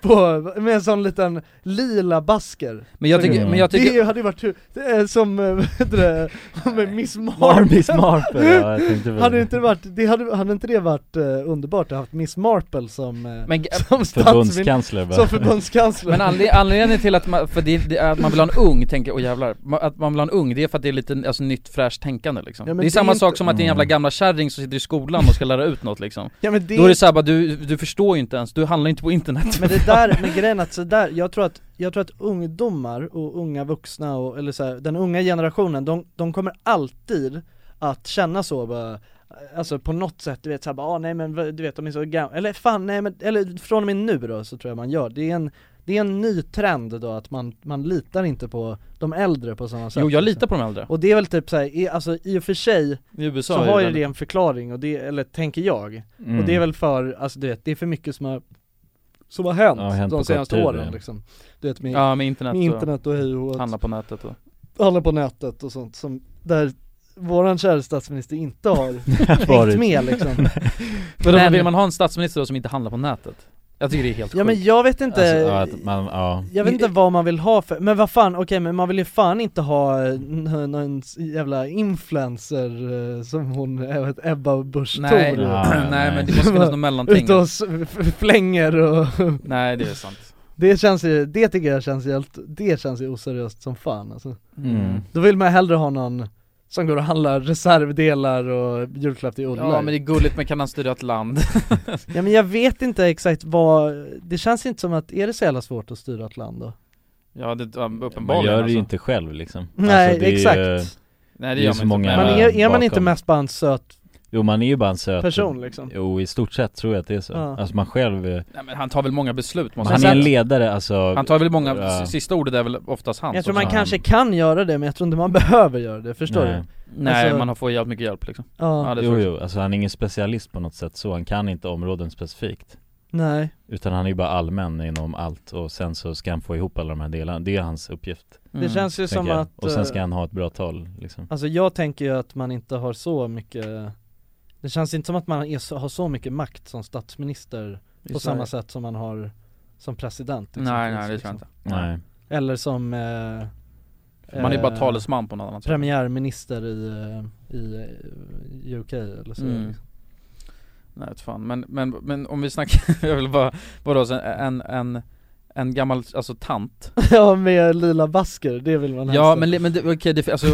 på, med en sån liten lila basker Men jag Som- tycker- men jag Det tycker- hade ju varit hur, det är som, eh, vad heter det, med Miss Mar- Marple Miss Marple, ja, jag tänkte väl- Hade inte det varit, det hade, hade inte det varit eh, underbart att ha haft Miss Marple som, eh, Men- som Förbundskansler, va? som förbundskansler Men anle- anledningen till att man, för det, det, är att man vill ha en ung, tänker jag, åh jävlar, Ma- att man vill ha en ung det är för att det är lite alltså, nytt fräscht tänkande liksom. Ja, men Det är det är samma inte- sak som att det är en jävla Mm. gamla kärring som sitter i skolan och ska lära ut något liksom. Ja, men det- Då är det såhär bara, du, du förstår ju inte ens, du handlar ju inte på internet Men det där, men grejen är att så där, jag tror att, jag tror att ungdomar och unga vuxna och, eller så här, den unga generationen, de, de kommer alltid att känna så bara Alltså på något sätt, du vet såhär bara, ah, nej men vad- du vet de är så gamla, eller fan nej men, eller från och med nu då så tror jag man gör, det är en det är en ny trend då att man, man litar inte på de äldre på samma sätt liksom. Jo, jag litar på de äldre. Och det är väl typ såhär, i- alltså i och för sig I USA så är det har ju väldigt- det en förklaring och det, eller tänker jag Mm. Och det är väl för, alltså du vet, det är för mycket som har, som har hänt, Ja, hänt på de kort senaste tid, åren ja. liksom Du vet med, Ja, med internet med och- internet och hej och handla på nätet och alla på nätet och sånt som, där våran kära statsminister inte har hängt Varit. med liksom Men, men vill man ha en statsminister då som inte handlar på nätet? Jag tycker det är helt Ja men sjukt. jag vet inte, Alltså, ja, att man- ja. jag vet inte vad man vill ha för, men vad fan, okej men man vill ju fan inte ha eh, n- någon s- jävla influencer eh, som hon, eh, vet, Ebba Busch Thor Nej, Ja, nej, nej. men det måste finnas något mellanting. Ute och s- f- flänger och Nej det är sant Det känns ju, det tycker jag känns helt, det känns ju oseriöst som fan alltså. Mm. Då vill man hellre ha någon som går och handlar reservdelar och julklapp till Ulla Ja men det är gulligt men kan han styra ett land? Ja men jag vet inte exakt vad, det känns inte som att, är det så jävla svårt att styra ett land då? ja det, ja, uppenbarligen Man gör det ju alltså. inte själv liksom Nej, det är ju- exakt. Nej, är ju det gör man så inte. många Men är, är man inte bakom. mest bara en söt Jo man är ju bara en söt person, liksom. Jo i stort sett tror jag att det är så Ja. Alltså man själv är- Nej men han tar väl många beslut men måste Han är jag en säga. ledare alltså Han tar väl många, ja. sista ordet är väl oftast hans Jag tror också. man kanske kan göra det men jag tror inte man behöver göra det, förstår Nej. du? Nej Alltså- man har- får jävligt mycket hjälp liksom Ja. det tror Jo jag. jo, alltså han är ingen specialist på något sätt så, han kan inte områden specifikt Nej. Utan han är ju bara allmän inom allt och sen så ska han få ihop alla de här delarna, det är hans uppgift Det Mm. känns ju tänker som jag. att, Och sen ska eh, han ha ett bra tal liksom Alltså jag tänker ju att man inte har så mycket Det känns inte som att man är, så- har så mycket makt som statsminister I På Sverige. samma sätt som man har som president Nej, exempelvis, liksom. nej, det tror jag inte. Nej. Eller som eh, Man är bara eh, talesman på något annat sätt. Premiärminister i, eh, i eh, UK eller så liksom- Mm. Nej vet fan, men, men, men om vi snackar, jag vill bara, vadå så en, en, en gammal, alltså tant Ja med lila basker, det vill man Ja helst. men, li- men det- okej, det, alltså,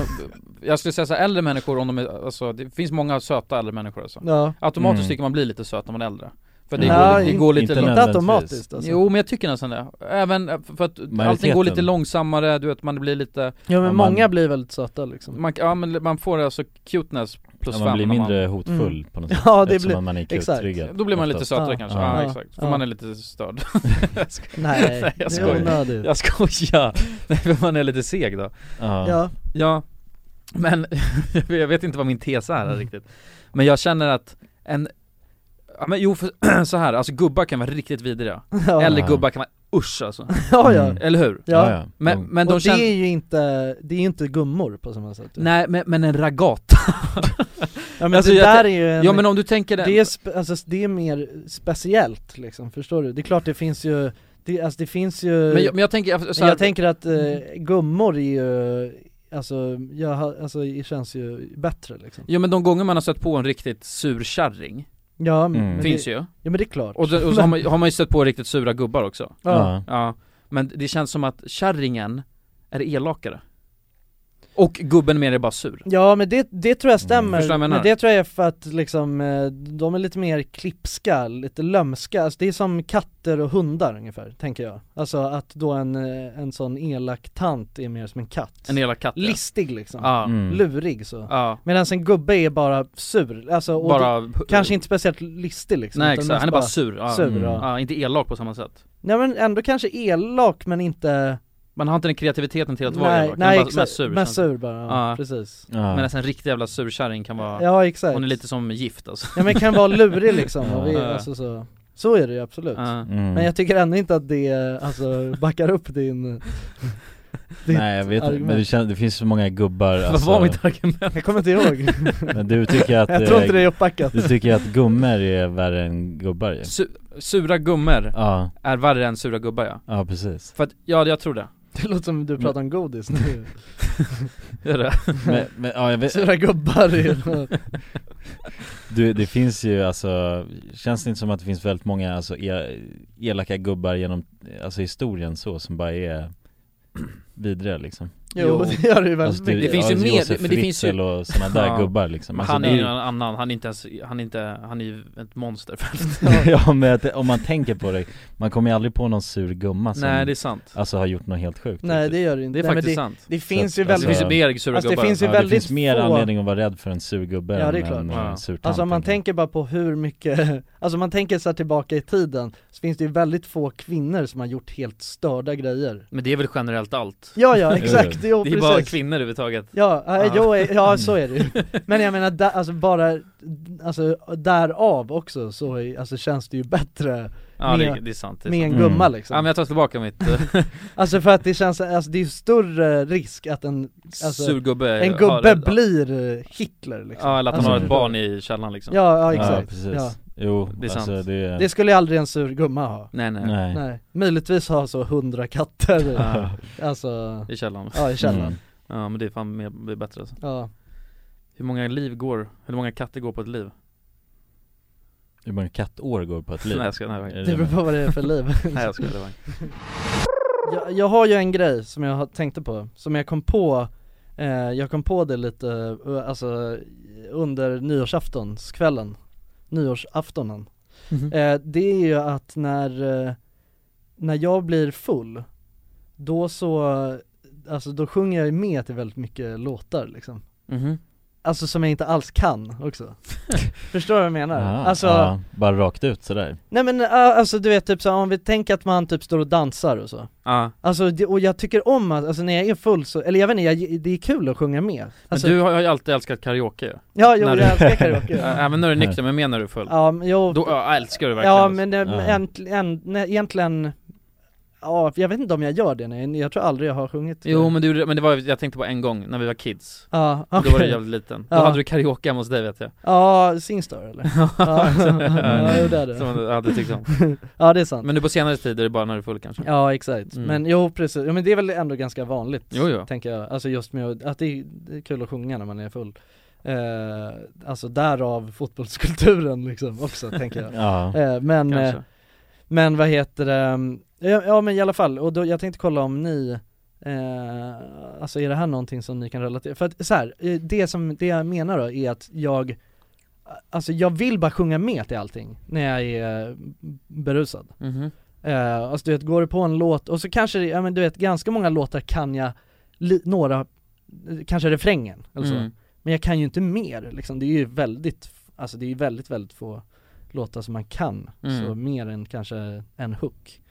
jag skulle säga så här, äldre människor om de är, alltså, det finns många söta äldre människor alltså. Ja. Automatiskt Mm. tycker man blir lite söt när man är äldre för det, Ja, går, det in- går lite inte lång- nödvändigtvis. Inte automatiskt, alltså. Jo men jag tycker nästan det, även eh, för att allting går Majoriteten. lite långsammare, du vet man blir lite Ja men man, många blir väldigt söta liksom man, ja, men man får alltså cuteness plus Ja, fem man blir när mindre hotfull Mm. på något sätt Ja, det eftersom blir- man är exakt. kutryggad Då blir man lite oftast. sötare kanske, Ja. ja, exakt, för Ja. man är lite störd Jag skojar. Nej, det är jag skojar. onödigt. Jag skojar! Nej för man är lite seg då Ja. Ja. Ja. Men jag vet inte vad min tes är här Mm. riktigt Men jag känner att en Ja men jo för, så här, alltså gubbar kan vara riktigt vidriga Ja. Eller gubbar kan vara usch alltså Ja, ja. Mm. Eller hur? Ja. Ja, ja. Men, men de och känner det är ju inte, det är ju inte gummor på samma sätt Nej men, men en ragata Ja men det där är ju en, Ja men om du tänker den det är, spe, alltså, det är mer speciellt liksom, förstår du? Det är klart det finns ju, det, alltså, det finns ju Men jag- men jag tänker- jag- Men så här- Mm. jag tänker att eh, gummor är ju, alltså, jag, har- alltså det känns ju bättre liksom Ja men de gånger man har stött på en riktigt sur kärring Ja, men- Mm. men Finns det- ju ja, men det är klart. Och, så- och så har man, har man ju stött på riktigt sura gubbar också Ja. ja Men det känns som att kärringen är elakare Och gubben mer är bara sur Ja men det, det tror jag stämmer, Förstår jag vad jag men menar? det tror jag är för att liksom, eh, de är lite mer klipska, lite lömska, alltså, det är som katter och hundar ungefär, tänker jag Alltså att då en, eh, en sån elak tant är mer som en katt En elak katt ja. Listig liksom, Ja. Mm. lurig så Ja. Medan en gubbe är bara sur, alltså och Bara- då, kanske inte speciellt listig liksom utan Nej exakt, mest han är bara sur, ja. sur Mm. ja. ja. Inte elak på samma sätt Nej men ändå kanske elak men inte Man har inte den kreativiteten till att vara Nej, elak, Man nej, är bara- exakt. Mest känns det. sur bara, ja, precis. Ja. Medan en riktig jävla surkärring kan vara, Ja, exakt. hon är lite som gift alltså Ja men kan vara lurig liksom, och vi, Ja. alltså så så är det ju absolut. Ja. Mm. Men jag tycker ändå inte att det alltså, backar upp din... ditt Nej jag vet inte, argument. men det, känns, det finns så många gubbar alltså. argument? Jag kommer inte ihåg. Men du tycker att... Jag tror inte det är eh, uppbackat. Du tycker att gummor är värre än gubbar ju. Su- Sura gummor Ja. är värre än sura gubbar ja Ja precis. För att, ja jag tror det, Det låter som du pratar om godis nu. gör det? Men, men ja jag vet, Alltså, Sura gubbar är- du, det finns ju alltså, känns det inte som att det finns väldigt många alltså, e- elaka gubbar genom, alltså historien så som bara är vidriga liksom Alltså, Jo, det gör det ju väldigt mycket. Det finns ju mer- Josef men det finns ju- Fritzl och sådana där Ja. gubbar liksom Alltså, han det är är ju en annan, han är inte ens, han är inte, han är ju ett monster ja men att, om man tänker på det, man kommer ju aldrig på någon sur gumma som Nej det är sant Alltså har gjort något helt sjukt Nej det gör det inte. Det är Nej, men faktiskt det, sant. Det Så att, finns ju alltså, väldigt... Det finns ju mer sura Alltså, det gubbar finns ju ja, det väldigt finns mer få- anledning att vara rädd för en sur gubbe Ja, det är än en klart. eh, Ja. sur tant Alltså om man tänker jag. tänker bara på hur mycket, alltså om man tänker så här tillbaka i tiden, så finns det ju väldigt få kvinnor som har gjort helt störda grejer Men det är väl generellt allt? Ja ja, exakt, jo, det är bara precis. kvinnor överhuvudtaget Ja, äh, Ja. Jo, eh, ja så är det ju. Men jag menar, där, alltså bara, alltså därav också så är, alltså, känns det ju bättre Ja med, det, det är sant, det är med en sant. gumma Mm. liksom. Ja men jag tar tillbaka mitt, eh, Alltså för att det känns, alltså det är ju större risk att en, alltså, sur gubbe en har- gubbe blir eh, Hitler liksom. Ja eller att han Alltså, har ett förstår barn du? i källaren liksom Ja, ja Ja exakt. precis, Ja. jo Det är alltså sant. det är, Det skulle aldrig en sur gumma ha. Nej nej, nej, Nej, möjligtvis ha så hundra katter, Ja, alltså, i källaren ja i källaren. Mm. Ja men det är fan mer, det är bättre alltså. Ja. Hur många liv går, hur många katter går på ett liv? Hur många kattår går på ett liv? Nej jag ska, nej, Är nej. Det beror på vad det är för liv. nej jag ska, det var jag, jag har ju en grej som jag har- tänkte på, som jag kom på eh, Jag kom på det lite, eh, alltså under nyårsaftonskvällen Nyårsaftonen eh, Det är ju att när, eh, när jag blir full Då så, alltså då sjunger jag ju med till väldigt mycket låtar liksom Mhm. Alltså som jag inte alls kan också Förstår du vad jag menar? Ah, Ja, alltså, ja, bara rakt ut sådär nej men eh, alltså du vet typ så här, om vi tänker att man typ står och dansar och så Ja, Alltså, det, och jag tycker om att, alltså när jag är full så, eller jag vet inte, jag, det är kul att sjunga med men alltså, du har ju alltid älskat karaoke ju. Ja, jo, jag när du- älskar karaoke Ä- Även när du är nykter, men mer när du är full? Ja, men jo, Då ja, älskar du verkligen ja alltså. men Ja. ja. Äntligen, nej, egentligen, ja, jag vet inte om jag gör det, nej, jag tror aldrig jag har sjungit det. Jo men, du, men det var, jag tänkte på en gång när vi var kids Ja, Då var du okej. jävligt liten, då Ja. hade du karaoke hemma hos dig vet jag Ja, Singstar eller? ja, ja, jo, det är Som det. du hade tyckt om Ja det är sant Men nu på senare tid är det bara när du är full kanske? Ja exakt, Mm. men jo precis, ja, men det är väl ändå ganska vanligt Jo, jo. tänker jag, alltså just med att- att det är, det är kul att sjunga när man är full eh, Alltså därav fotbollskulturen liksom också tänker jag Ja, eh, Men, eh, Kanske men vad heter det, ja, ja men i alla fall, och då, jag tänkte kolla om ni eh, Alltså är det här någonting som ni kan relatera, för att så här, eh, det som, det jag menar då är att jag Alltså jag vill bara sjunga med till allting när jag är eh, berusad Mhm. Eh, alltså du vet, går du på en låt och så kanske, det- ja men du vet ganska många låtar kan jag, li, några, eh, kanske refrängen eller så. Mm. Men jag kan ju inte mer liksom, det är ju väldigt, alltså det är ju väldigt, väldigt få låtar som man kan, Mm. så mer än kanske en hook.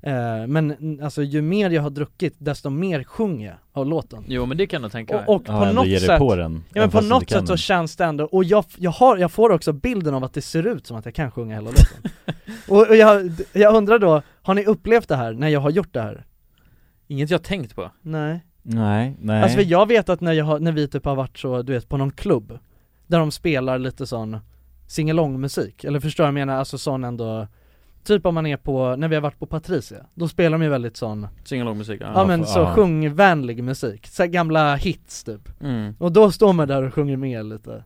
Eh, men n- alltså ju mer jag har druckit desto mer sjunger jag av låten. Jo men det kan jag nog tänka mig Och, och ja på ändå något ger sätt, dig på den ja men även på fast du något inte kan sätt så den. känns det ändå, och jag, jag, har, jag får också bilden av att det ser ut som att jag kan sjunga hela låten. och och jag, jag undrar då, har ni upplevt det här när jag har gjort det här? Inget jag tänkt på Nej. Nej, nej Alltså för jag vet att när, jag har, när vi typ har varit så, du vet, på någon klubb, där de spelar lite sån singalong-musik, eller förstår du vad jag menar? Alltså sån ändå, typ om man är på, när vi har varit på Patricia, då spelar de ju väldigt sån, Singalongmusik, ja, ja men för- så ja. sjungvänlig musik, så här gamla hits typ. mm. Och då står man där och sjunger med lite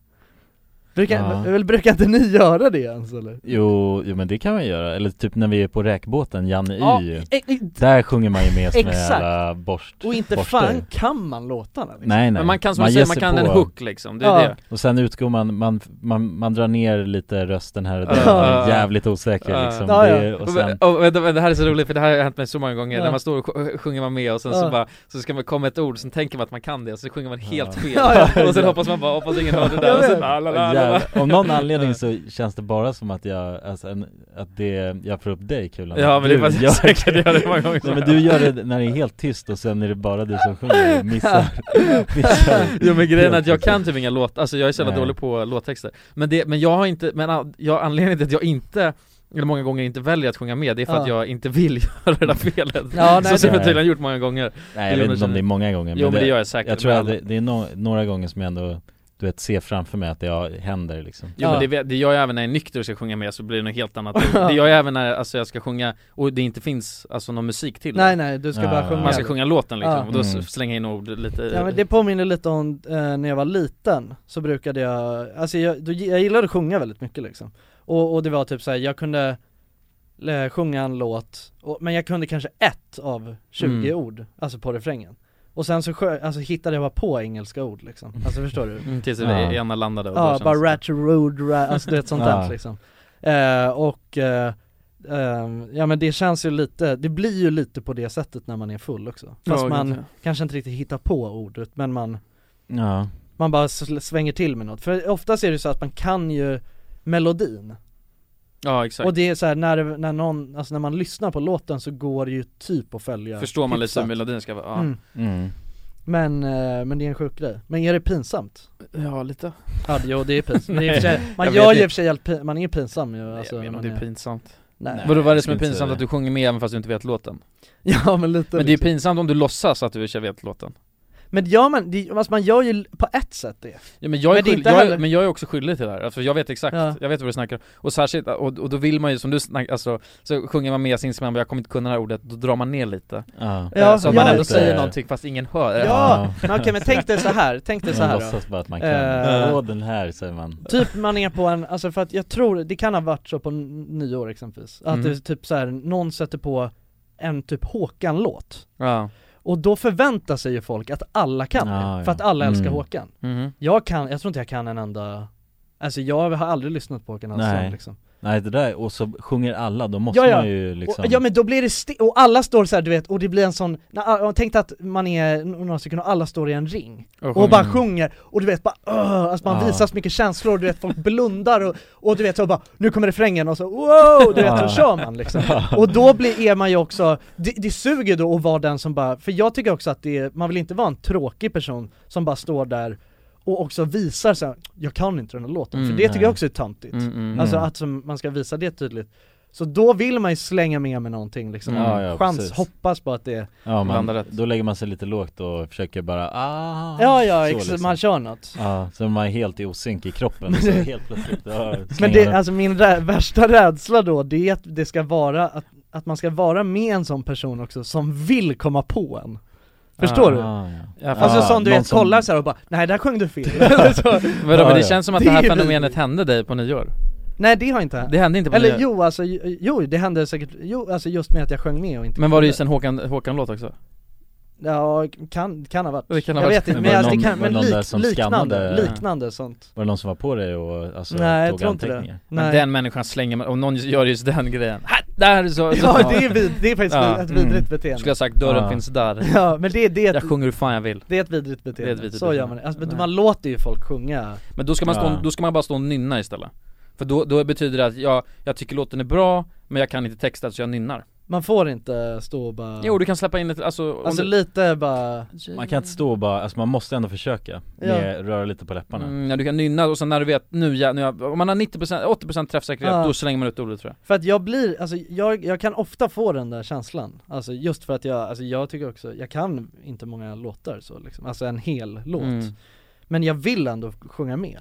Brukar, Ja. väl, brukar inte ni göra det ens eller? Jo, jo men det kan man göra, eller typ när vi är på räkbåten, Janne Y e- e- Där sjunger man ju med som en Exakt. jävla borst och inte borste. fan kan man låtarna liksom. Nej nej Men man kan som man du ger säger, man sig kan på. en hook liksom, det är Ja. det Och sen utgår man, man, man, man drar ner lite rösten här och där, Ja. man är jävligt osäker Ja. liksom Ja, ja. Det, och sen, och, och, vänta, vänta, det här är så roligt för det här har hänt mig så många gånger, Ja. när man står och sj- eh, sjunger man med och sen Ja. så bara, så ska man komma ett ord, sen tänker man att man kan det, och så sjunger man helt fel Ja, ja. Och sen hoppas man bara, hoppas ingen hörde det Jag där, och vet. sen bara, la, la, la, la, här, om någon anledning så känns det bara som att jag, alltså, en, att det, jag får upp dig Kulan Ja, men det Du är för att jag gör- säkert gör det många gånger. Nej men du gör det när det är helt tyst och sen är det bara du som sjunger och missar, missar Jo men grejen är att jag helt kan typ inga låt, alltså jag är så jävla Nej. dålig på låttexter Men det, men jag har inte, men an- jag, anledningen till att jag inte eller många gånger inte väljer att sjunga med, det är för Ja. att jag inte vill göra det där felet Ja, nej, Så som det- jag tydligen gjort många gånger Nej jag vet inte om det är många gånger Jo, men det gör jag säkert, Jag tror men att det, alla- det är no, några gånger som jag ändå, du vet, ser framför mig att det jag, händer liksom Jo men det, vet- det gör jag även när jag är nykter och ska sjunga med så blir det något helt annat Det gör jag även när alltså, jag ska sjunga och det inte finns alltså, någon musik till det. Nej, nej, du ska Ja, bara ja, sjunga. Man ska sjunga låten liksom Ja. och då s- Mm. slänga in ord lite Ja men det påminner lite om eh, när jag var liten, så brukade jag, alltså jag, då, jag gillade att sjunga väldigt mycket liksom Och, och det var typ såhär, jag kunde eh, sjunga en låt, och, men jag kunde kanske ett av 20 Mm. ord, alltså på refrängen Och sen så sjö, alltså, hittade jag bara på engelska ord liksom, alltså förstår du? Mm, Tills Ja. det ena landade och då Ja, känns- bara rat road, ra, alltså du vet sånt där Ja. liksom eh, Och, eh, ehm, ja men det känns ju lite, det blir ju lite på det sättet när man är full också Fast Ja, man kanske. kanske inte riktigt hittar på ordet men man Ja, man bara sl- svänger till med något. För oftast är det så att man kan ju melodin. Ja exakt Och det är så här när, när någon, alltså när man lyssnar på låten så går det ju typ att följa Förstår man lite hyfsat. hur melodin ska vara? Ja, Mm. mm. Men, eh, men det är en sjuk grej. Men är det pinsamt? ja lite Ja jo det är pinsamt, det är i och för sig, man Jag gör vet ju i inte. och för sig helt pin- man är ju pinsam ju alltså, jag när menar man det är pinsamt Nej. Vadå vad är det som Jag skulle är inte pinsamt säga att du sjunger med även fast du inte vet låten? Ja men lite Men det är ju liksom. pinsamt om du låtsas att du inte vet låten Men gör man, det, alltså man gör ju på ett sätt det Ja, men, jag är Men det är skyll- inte jag, heller- är- men jag är också skyldig till det här, alltså, jag vet exakt, Ja. jag vet vad du snackar om Och särskilt, och, och då vill man ju som du snackar, alltså, så sjunger man med sinsemellan bara, jag kommer inte kunna det här ordet, då drar man ner lite ja Ja, Eh, Så att ja, man ändå just säger det. någonting fast ingen hör Ja, men okej men tänk dig så här, tänk dig Man så här då. låtsas bara att man kan, Eh. åh den här säger man Typ man är på en, alltså för att jag tror, det kan ha varit så på n- nyår exempelvis, att Mm. det är typ så här, någon sätter på en typ Håkan-låt Ja, och då förväntar sig ju folk att alla kan Ja, det, ja. för att alla älskar Mm. Håkan Mhm. Jag kan, jag tror inte jag kan en enda, alltså jag har aldrig lyssnat på Håkan Hellström Nej. liksom Nej det där, och så sjunger alla, då måste Ja, ja. man ju liksom och, Ja men då blir det, sti- och alla står så här, du vet, och det blir en sån, na- och tänk dig att man är några stycken och alla står i en ring Och bara sjunger, och du vet bara öh, alltså man Ja. visar så mycket känslor, och du vet folk blundar och, och du vet så bara nu kommer refrängen och så wow, du vet så Ja. kör man liksom Och då blir, är man ju också, det, det suger då att vara den som bara, för jag tycker också att det är, man vill inte vara en tråkig person som bara står där och också visar så här, jag kan inte den här låten, Mm, för det tycker jag nej. också är töntigt Mm, mm. Alltså Mm. att som, man ska visa det tydligt Så då vill man ju slänga med med någonting liksom, Ja, ja, chans, precis. hoppas på att det Ja Blanda man, rätt. då lägger man sig lite lågt och försöker bara ah, Ja ja, så ex- liksom. man kör något Ja, så man är helt i osynk i kroppen så helt plötsligt ja, Men slänger det, man- alltså min rä värsta rädsla då, det är att det ska vara, att, att man ska vara med en sån person också som vill komma på en Förstår du? Ja, ja. Ah, Ja, fast- Alltså Ah, som du någon vet, som- kollar så här och bara 'Nej där sjöng du fel' Eller så. Vadå, men Ja, det ja. känns som att Det det här är fenomenet vidrigt. hände dig på nyår Nej det har inte hänt Det hände inte på Eller nyår jo alltså, ju- jo det hände säkert, jo alltså just med att jag sjöng med och inte Men var det kunde. just en Håkan, Håkan-låt också? Ja, kan, kan ha varit Det kan ha Jag varit. vet inte, Men men, var det alltså, det någon- kan, var men det någon lik, där som liknande, skannade? liknande sånt Var det någon som var på dig och alltså, Nej jag tog tror inte det anteckningar? Men Nej. den människan slänger man, om någon gör just den grejen, "Ha, där så, så Ja det är, vid, det är faktiskt Ja, ett vidrigt mm. beteende Skulle jag sagt dörren Ja. finns där Ja men det, det, är Jag ett, sjunger hur fan jag vill det är ett vidrigt beteende, vidrigt så gör man beteende. det, alltså, men Nej. man låter ju folk sjunga Men då ska man, stå, Ja. då ska man bara stå och nynna istället För då, då betyder det att jag, jag tycker låten är bra Men jag kan inte texta så jag nynnar Man får inte stå och bara Jo du kan släppa in lite, alltså, om Alltså du, lite bara Man kan inte stå och bara, alltså man måste ändå försöka med, röra lite på läpparna mm, ja, du kan nynna och sen när du vet nu, ja, nu ja, om man har 90%, 80% träffsäkerhet Ja. då slänger man ut ordet tror jag För att jag blir, alltså jag, jag kan ofta få den där känslan Alltså just för att jag, alltså jag tycker också, jag kan inte många låtar så liksom Alltså en hel låt Mm. Men jag vill ändå sjunga med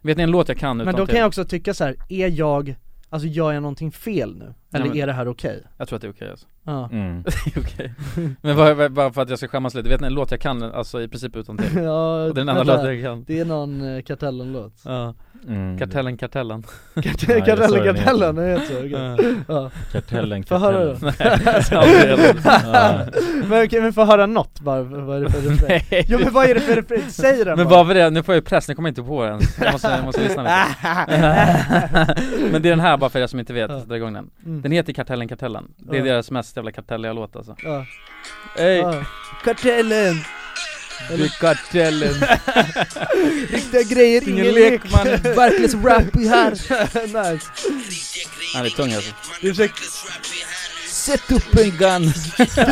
Vet ni en låt jag kan utan Men då kan jag också tycka så här: är jag, alltså gör jag någonting fel nu? Eller men- är det här okej? jag tror att det är okej alltså. Ja. Mm. Det är okej Men bara, bara- bara för att jag ska skämmas lite, vet ni en låt jag kan alltså i princip utan till? ja, Den enda vänta. låten jag kan Det är någon eh, Kartellen-låt Ja, Mm. Kartellen, kartellen Ja, Kartellen, jag såg den Kartellen, det heter så, okej. ja. Kartellen, Få höra kartellen den Ja. Men okej, men få höra något bara, vad är det för refräng? Jo men vad är det för refräng? Säg den Men bara! bara för det, nu får jag ju press, nu kommer jag inte på den Jag måste, jag måste lyssna lite Men det är den här bara för er som inte Ja. vet, dra igång den Mm. Den heter Kartellen Kartellen, det är Ja. deras mest jävla kartelliga låt alltså Ja, Ey! ja. Kartellen! Det är kartellen. Riktiga grejer, ingen lek man. Verklighetsrap i här. nice. Han är tung Mm. alltså. Ursäkta. Sätt upp en gun.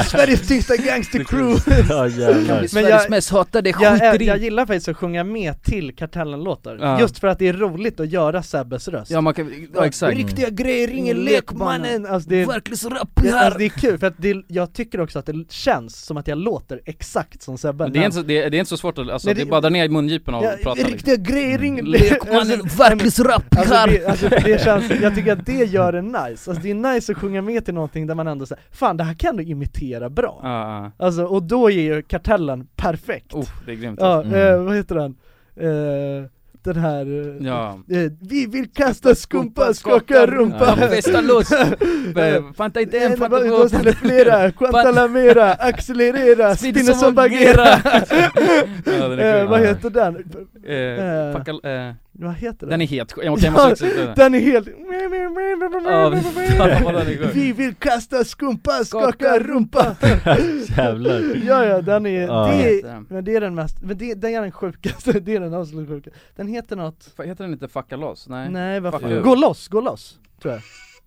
Sveriges tyngsta gangstercrew. Ja jävlar. Men Sveriges mest hatade jag, jag, skitring. jag gillar faktiskt att sjunga med till Kartellen-låtar, Ja. just för att det är roligt att göra Sabbes röst Ja, man kan- ja, exakt. Riktiga grejer, ingen Ingen lek lek, mannen! mannen. Mm, Alltså det är, Verklighetsrap Ja, här. alltså det är kul, för att det, jag tycker också att det känns som att jag låter exakt som Sebbe Det är, inte så, det, är, det är inte så svårt att, alltså, Nej, det, det- är bara att dra ner mungiporna och Ja, prata liksom. Riktiga grejer, ingen Lekmannen, Alltså, verklighetsrap Alltså det, här. alltså det känns, jag tycker att det gör det nice, alltså det är nice att sjunga med till någonting där man ändå säger Fan det här kan du imitera bra! Ja, Alltså, och då är ju Kartellen perfekt! ja. oh, det är grymt Ja, alltså. eh, vad heter den? Eh, den här... eh, Ja. eh, vi vill kasta skumpa, skaka rumpa! Ja, festa loss. Eh, Fanta inte en, en, fanta bara två. blåser det flera, quantalamera, accelerera, Spinn spinner som som bagheera! Bagheera. Ja, den är Eh, kul. vad Ja. heter den? Eh, eh, fucka- eh, Vad heter den? Den är het, jag måste, jag måste också Den är helt... Ja, vi- fan, vad den är sjuk. Vi vill kasta skumpa, skaka rumpa! Jävlar. Ja, ja, den är, Ja. det Vad heter är, men det är den mest, men det, den är den sjukaste, det är den absolut sjukaste Den heter något, Fan, Heter den inte 'Fucka loss'? Nej? nej varför? Fuck. Gå loss, gå loss, tror jag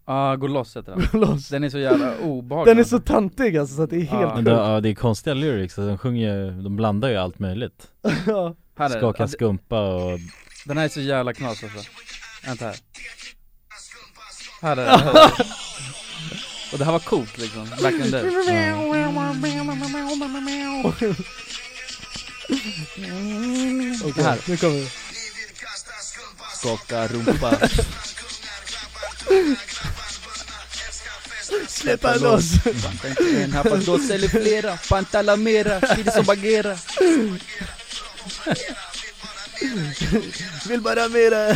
Ah, gå loss heter den Gå loss Den är så jävla obehaglig Den är så tantig alltså så att det är Ja. Men helt det, sjukt ja, det är konstiga lyrics, Alltså, de sjunger ju- de blandar ju allt möjligt ja. Här är den. Ja, Skaka d- skumpa och... Den här är så jävla knas alltså Vänta här Här är den här. Och det här var coolt liksom, back in the day Okej, Här. nu kommer det Skaka rumpa. Släppa loss! En här fast då säljer flera, pantalamera, chili som bagheera Vill bara mera!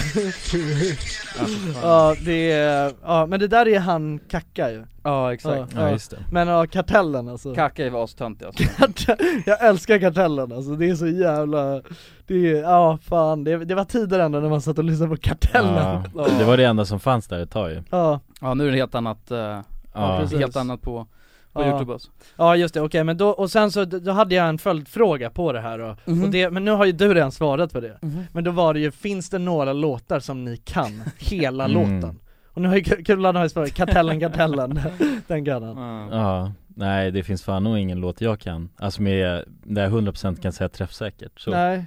Ja det är, ja men det där är han Kacka ju Ja exakt Ja just det Men ja, Kartellen alltså Kaka var astöntig alltså Karte- Jag älskar Kartellen alltså, det är så jävla, det är, ja fan, det, det var tider ändå när man satt och lyssnade på Kartellen ja, Ja, Det var det enda som fanns där ett tag ju ja, Ja nu är det helt annat, eh, Ja, precis. helt annat på, på Ja. youtube alltså just det, okej men då, och sen så, då hade jag en följdfråga på det här då, Mhm. och det, men nu har ju du redan svarat på det Men då var det ju, finns det några låtar som ni kan, hela Mm. låten? Och nu har ju K- Kulan har ju svarat, Kartellen, Kartellen, den kan han Ja. Ja, nej det finns fan nog ingen låt jag kan Alltså med, där jag 100% kan säga träffsäkert så Nej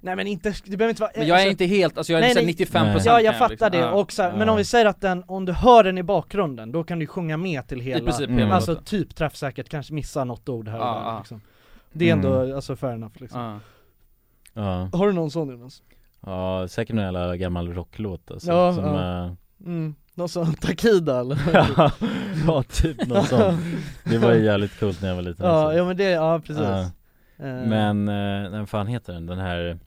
Nej men inte, det behöver inte vara Men jag är alltså- inte helt, alltså jag är Nej, såhär nej. 95% Nej. Ja kan jag fattar liksom. det, Ja. och så här, men Ja. om vi säger att den, om du hör den i bakgrunden, då kan du sjunga med till hela I princip Mm. hela Alltså låten. typ träffsäkert, kanske missa något ord här och Ja, där ja. liksom. Det är ändå, Mm. alltså fair enough liksom. Ja. Ja, Har du någon sån Jonas? ja säkert någon jävla gammal rocklåt alltså, Ja, som, ja. eh, Mm. Någon sån Takida eller? ja, ja typ något sånt Det var ju jävligt coolt när jag var liten ja, alltså. ja men det, ja precis Ja. Eh, Men, eh, vad fan heter den? Den här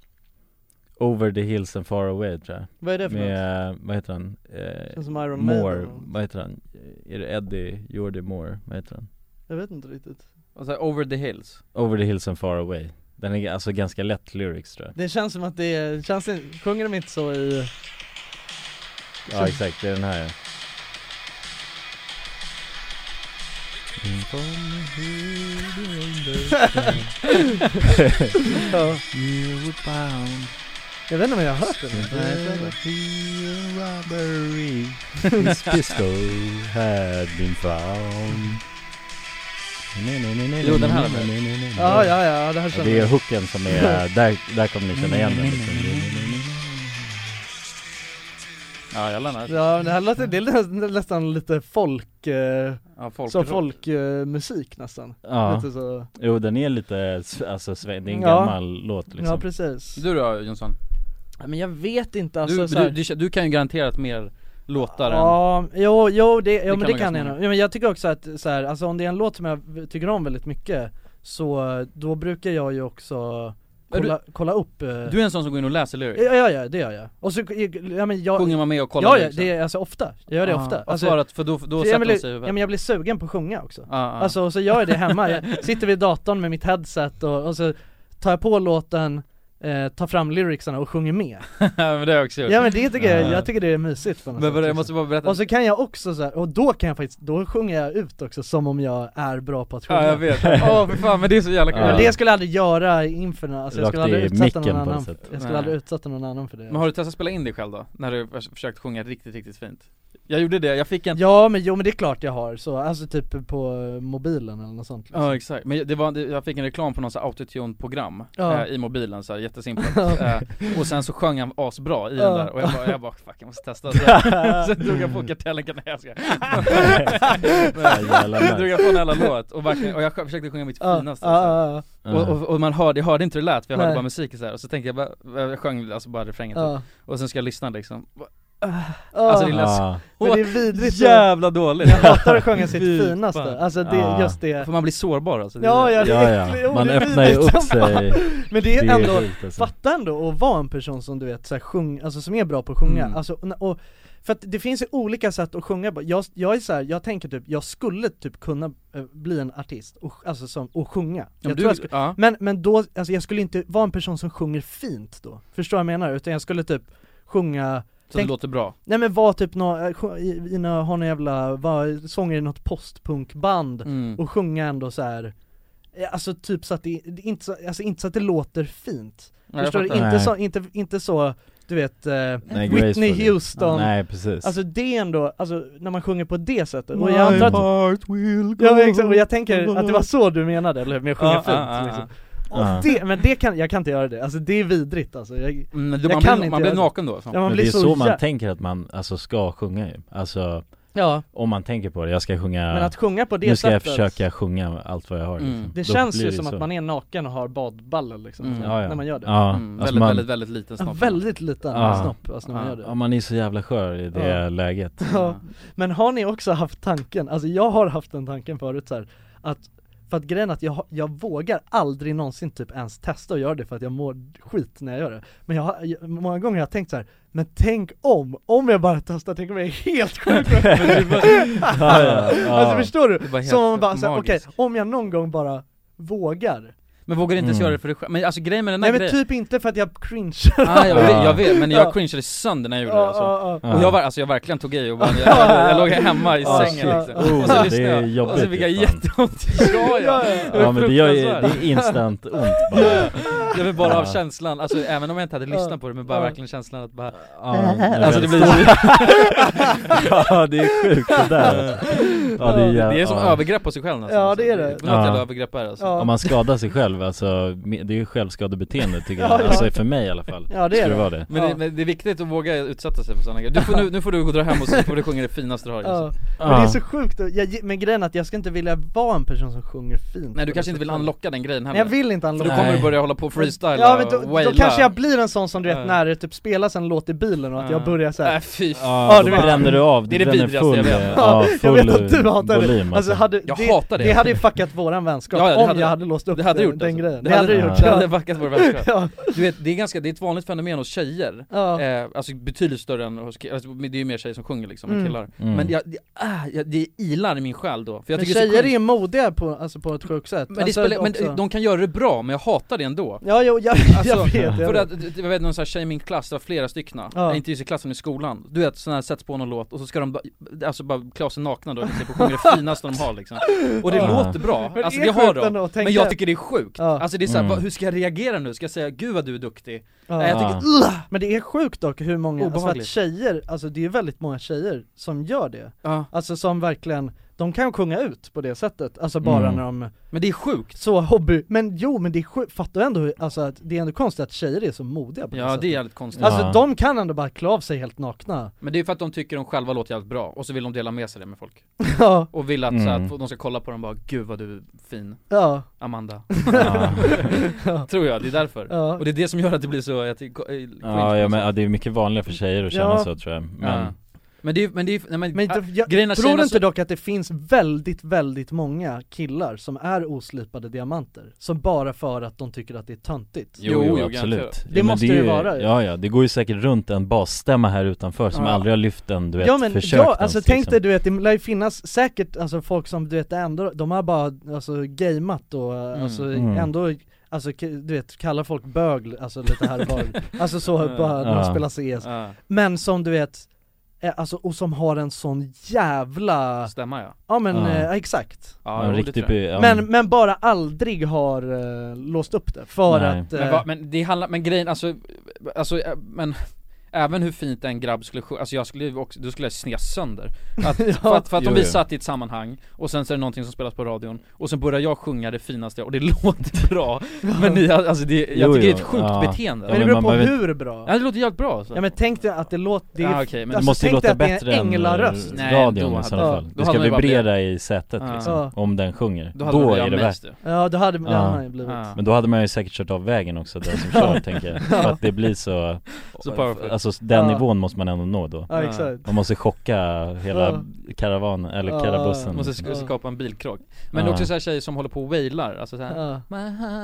Over the hills and far away tror jag Vad är det för något? Med, eh, vad heter han? Känns Eh, som Iron Moore, Maiden vad heter han? Eh, Är det Eddie, Jordi Moore, vad heter han? Jag vet inte riktigt Och så här, over the hills Over the hills and far away Den är alltså ganska lätt lyrics tror jag Det känns som att det är, känns det, sjunger de inte så i... Ja exakt, det är den här ja. Ja. Jag vet inte om jag har hört den Nej, jag tror inte. His pistol had been found Jo, den här. Ja, ja, ja, det här Ja, känner Det är jag hooken som är, där, där kommer ni känna igen den liksom. Ja jag lämnar Ja, men det här låter, det är nästan, nästan lite folk, eh, ja, folk, som folkmusik nästan Ja, lite så. jo den är lite, s- alltså sve- det är en Ja. gammal låt Ja liksom precis Du då Jonsson? Ja, Men jag vet inte alltså Du, så här- du, du, du kan ju garanterat mer låtar än Ja, jo, jo, det, jo kan men det kan vara ganska jag nog. många. Ja, men jag tycker också att så här, alltså om det är en låt som jag v- tycker om väldigt mycket Så eh, då brukar jag ju också Men du- kolla, kolla upp eh, Du är en sån som går in och läser lyrics? Ja, ja, ja, det gör jag. Och så, ja men jag Sjunger man med och kollar liksom? Ja, ja, lyricsen? det är alltså ofta. Jag gör det ofta. Alltså, Alltså, för, att, för då, då jag sätter de blir, sig i ja, huvudet? Ah, men jag blir sugen på att sjunga också. Ja, ja. Alltså och så gör jag det hemma, jag sitter vid datorn med mitt headset och, och så tar jag på låten eh, tar fram lyricsarna och sjunger med men det har jag också gjort Ja men det tycker jag, Ja. jag tycker det är mysigt på något Men sätt, vadå, jag liksom. måste bara berätta Och så kan jag också så här, och då kan jag faktiskt, då sjunger jag ut också som om jag är bra på att sjunga Ja jag vet, åh för fan men det är så jävla kul Men det skulle jag aldrig göra inför någon, alltså jag Rakt skulle aldrig i utsätta någon micken på annan, något sätt. jag skulle Nej. aldrig utsätta någon annan för det Men har du testat att spela in dig själv då? När du förs- försökt sjunga riktigt, riktigt fint? Jag gjorde det, jag fick en Ja men jo men det är klart jag har så, alltså typ på eh, mobilen eller något sånt liksom. Ja exakt, men det var, det- jag fick en reklam på någon sån här autotune-program Ja. eh, i mobilen så här, jättesimpelt Ja. eh, Och sen så sjöng han asbra i Ja. den där och jag bara, jag bara fuck jag måste testa så, så drog jag på kartellen kan jag ska jävlar, nice. Så drog jag på en jävla låt och, verkligen, och jag sjö- försökte sjunga mitt Ja, finaste ja, ja, så. ja. Och, och, och man hörde, jag hörde inte hur det lät för jag hörde Nej. bara musiken så här. och så tänkte jag bara, jag sjöng alltså bara refrängen Ja. typ. Och sen ska jag lyssna liksom Ja. Alltså det lät Ah. så- Ja. Men det är vidrigt. Jävla dåligt Jag hatar att sjunga sitt Fy finaste. fan. Alltså det- Ja. just det- För Ah. man blir sårbar alltså det är Ja, det. ja, det är äckligt. Jo, Ah. Man det är öppnar ju vidrigt upp som fan. sig. Men det är Det är ändå, sjukt, alltså. fatta ändå att vara en person som du vet så här, sjung, alltså som är bra på att sjunga, Mm. alltså, och, och, för att det finns ju olika sätt att sjunga på, jag, jag är så här, jag tänker typ, jag skulle typ kunna eh, bli en artist, och, alltså som, och sjunga men jag du- tror jag skulle, ja. men, men då, alltså jag skulle inte vara en person som sjunger fint då, förstår vad jag menar? Utan jag skulle typ sjunga Så det låter bra. Nej men var typ nå, eh, sj- i- i nå- ha någon jävla, var, sånger i något postpunkband Mm. och sjunga ändå så här. eh, Alltså typ så att det, det inte, så, alltså inte så att det låter fint Nej, jag Förstår du? fattar. Inte Nej. så, inte, inte så, du vet, eh, Whitney gracefully. Houston Nej, precis. Alltså det är ändå, alltså när man sjunger på det sättet och My jag antar att heart will Ja men go exakt, och jag tänker att det var så du menade, eller hur? Med att sjunga Ja, fint ja, ja, liksom. ja. Och Ja. det, men det kan, jag kan inte göra det, alltså det är vidrigt alltså jag, Mm, Men du, jag man kan blir- inte man blir göra det. naken då, alltså. så. Ja man men blir det är så, man jä- tänker att man alltså ska sjunga ju, alltså Ja. Om man tänker på det, jag ska sjunga Men att sjunga på det Nu ska sättet- jag försöka sjunga allt vad jag har Mm. liksom. Det Då känns blir ju det som så. att man är naken och har badballer liksom, Mm. Ja, ja. när man gör det Ja. Mm, Alltså väldigt, man- väldigt, väldigt liten Ja, snopp. Väldigt liten Ja. snopp alltså, när man ja. gör det Ja, man är så jävla skör i det Ja. läget Ja. Men har ni också haft tanken, alltså jag har haft den tanken förut så här, att för att grejen är att jag, har- jag vågar aldrig någonsin typ ens testa att göra det för att jag mår skit när jag gör det. Men jag har, jag, många gånger har jag tänkt så här, men tänk om, om jag bara testar, tänk om jag är helt sjuk Ja, ja, ja. Alltså förstår Det var du? helt Som om man bara så här, okej, magiskt. om jag någon gång bara vågar Men vågar inte ens Mm. göra det för dig själv? Men alltså grejen med den Nej här men grejen typ inte för att jag cringear Ah, jag, vet, jag vet, men jag Ja. cringeade sönder när jag gjorde Ja, det alltså. ja, ja. Och jag, var, alltså, jag verkligen tog i och bara, jag, jag, jag låg hemma i Ja, sängen shit. liksom. Oh, Och det så är lyssnade jag, och så jobbigt, fick jag fan. jätteont i ja, ja. Ja, men det gör ju- det är instant ont bara. Jag vill bara av Ja. känslan, alltså även om jag inte hade lyssnat på det men bara Ja. verkligen känslan att bara Ja, jag Alltså det vet. blir Ja, det är sjukt det där. Ja, det är jävla- Det är som ja. övergrepp på sig själv nästan Ja, det är det. Något jävla övergrepp är det alltså Om man skadar sig själv alltså, me- det är ju självskadebeteende tycker jag, Ja, ja. alltså för mig i alla fall Skulle vara det Men, det, men det är viktigt att våga utsätta sig för sådana grejer. Du får, nu, nu får du gå och dra hem och så får du sjunga det finaste du har liksom. Ja. just nu. Men det är så sjukt, och jag, ge- men grejen är att jag ska inte vilja vara en person som sjunger fint Nej du på kanske det inte vill sättet. unlocka den grejen Nej, heller jag vill inte unlocka För då kommer du Nej. börja hålla på och freestyla Ja men och då, waila. då kanske jag blir en sån som du vet Ja. när det typ spelas en låt i bilen och att jag Ja. börjar såhär Äh, fy fan. Ja, då bränner du av, Det är du det bränner vidrigaste jag full, vet. ja, jag full vet att du hatar volym det, alltså hade, Jag det, hatar det. det hade ju fuckat våran vänskap Ja, ja, det om hade- jag hade låst upp det hade den, gjort, den alltså. grejen, Det det hade hade- du ja. gjort Det hade fuckat vår vänskap. Ja. Du vet, det är ganska, det är ett vanligt fenomen hos tjejer, eh, alltså betydligt större än hos killar, alltså, det är ju mer tjejer som sjunger liksom än Mm. killar Mm. Men jag, det, ah, jag, det ilar i min själ då, för jag Men tycker det är så tjejer är sjukt. ju modiga på, alltså på ett sjukt sätt Men, det alltså, spelar, också. men de kan göra det bra, men jag hatar det ändå Alltså, Ja, jo, jag, jag vet, jag för vet. att, jag vet någon sån här tjej i min klass, det var flera styckna, Ja. ja. inte just i klassen, men i skolan Du vet, sån här sätts på någon låt och så ska de bara, alltså bara klä sig nakna då, liksom, och sjunger det finaste de har liksom Och det Ja. låter bra, Men det alltså är det har sjukt ändå de, att tänka. men jag tycker det är sjukt Ja. Alltså det är såhär, Mm. mm. hur ska jag reagera nu? Ska jag säga 'Gud vad du är duktig'? Ja. Nej, jag tycker, "Ugh!" Men det är sjukt dock hur många, alltså för att Obehagligt. tjejer, alltså det är ju väldigt många tjejer som gör det Alltså som verkligen, de kan sjunga ut på det sättet, alltså bara Mm. när de Men det är sjukt Så hobby, men jo men det är sjukt, fattar du ändå hur, alltså att det är ändå konstigt att tjejer är så modiga på Ja, det det är sättet jävligt konstigt. Alltså Ja. de kan ändå bara klä av sig helt nakna Men det är ju för att de tycker de själva låter jävligt bra, och så vill de dela med sig det med folk Ja. Och vill att, Mm. så här, att de ska kolla på dem och bara 'Gud vad du är fin' Ja. Amanda Ja. Tror jag, det är därför. Ja. Och det är det som gör att det blir så, jag tycker, Ja, ja, men, ja, det är mycket vanligare för tjejer att känna Ja. så tror jag, men Ja. Men det är men det är nej, men, Men ah, det, jag, grejen är tror tjejerna inte så- dock att det finns väldigt, väldigt många killar som är oslipade diamanter? Som bara för att de tycker att det är töntigt? Jo, jo, absolut Det Jo, men måste är det ju ju- vara ju. Ja, ja, det går ju säkert runt en basstämma här utanför som Ja. aldrig har lyft en, du vet, ja men försökt ja, alltså ens, tänk liksom. dig du vet, det lär ju finnas säkert alltså folk som du vet ändå, de har bara alltså gameat och alltså Mm. ändå Alltså k- du vet, kalla folk bög alltså lite här och var, alltså så bara när de Ja. spelar CS Ja. Men som du vet, eh, alltså och som har en sån jävla Stämma ja Ja men Ja. eh, exakt Ja, Ja, jo, det riktigt tror jag. by- ja, men, men bara aldrig har eh, låst upp det, för Nej. att... eh, Men, va, men det handlar, men grejen, alltså, alltså ä- men Även hur fint en grabb skulle sjunga, alltså jag skulle ju också, du skulle jag snea sönder att, För att, för att Jo, om vi jo. satt i ett sammanhang och sen så är det någonting som spelas på radion Och sen börjar jag sjunga det finaste och det låter bra Men ni, alltså det, jag Jo, tycker det är jo, ett sjukt ja. beteende Ja, men det men beror man på behöver- hur bra Ja det låter jävligt bra så. Ja men tänk dig att det låter, det är, Ja, okej, men- det alltså, måste ju tänk låta dig att bättre det är en änglaröst än eh, Nej, Nej, radion då i hade- sådana fall. då Det hade ska man ju bara vibrera i sätet Ja. liksom, Ja. om den sjunger. Då hade Då man ju är det amnesti. värt. Ja då hade det Ja. hade ju blivit Ja. Men då hade man ju säkert kört av vägen också, den som kör tänker jag. För att det blir så, Så powerful. alltså den Ja. nivån måste man ändå nå då. Ja exakt Man måste chocka Ja. hela karavanen, eller Ja. karabussen Måste liksom. sk- skapa en bilkrock Men Ja. också så här tjejer som håller på och wailar, alltså så här. Ja.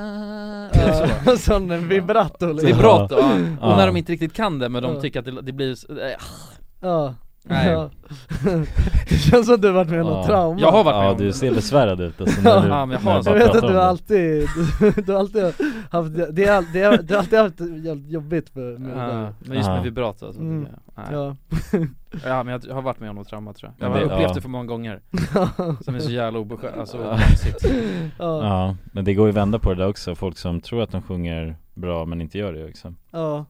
Eller så. Ja, Sån en vibrato liksom. Vibrato, ja. och Ja. när de inte riktigt kan det men de Ja. tycker att det, det blir, så- eh, Ja Nej. Ja. Det känns som du varit med om något Ja. trauma Jag har varit med Ja om du det. ser besvärad ut alltså, när du, Ja, men jag har när en bara Jag vet pratar att om du det. alltid, du, du har alltid haft, det är, all- det är, du har alltid haft det jävligt jobbigt med, med det Ja, där men just med Ja. vibrato alltså, Mm. tycker jag. Nej. Ja, Ja men jag har varit med om något trauma tror jag. Jag Men har det- upplevt ja. det för många gånger, som är så jävla obeskämt, alltså omässigt. ja, Ja, men det går ju att vända på det där också, folk som tror att de sjunger bra men inte gör det liksom ja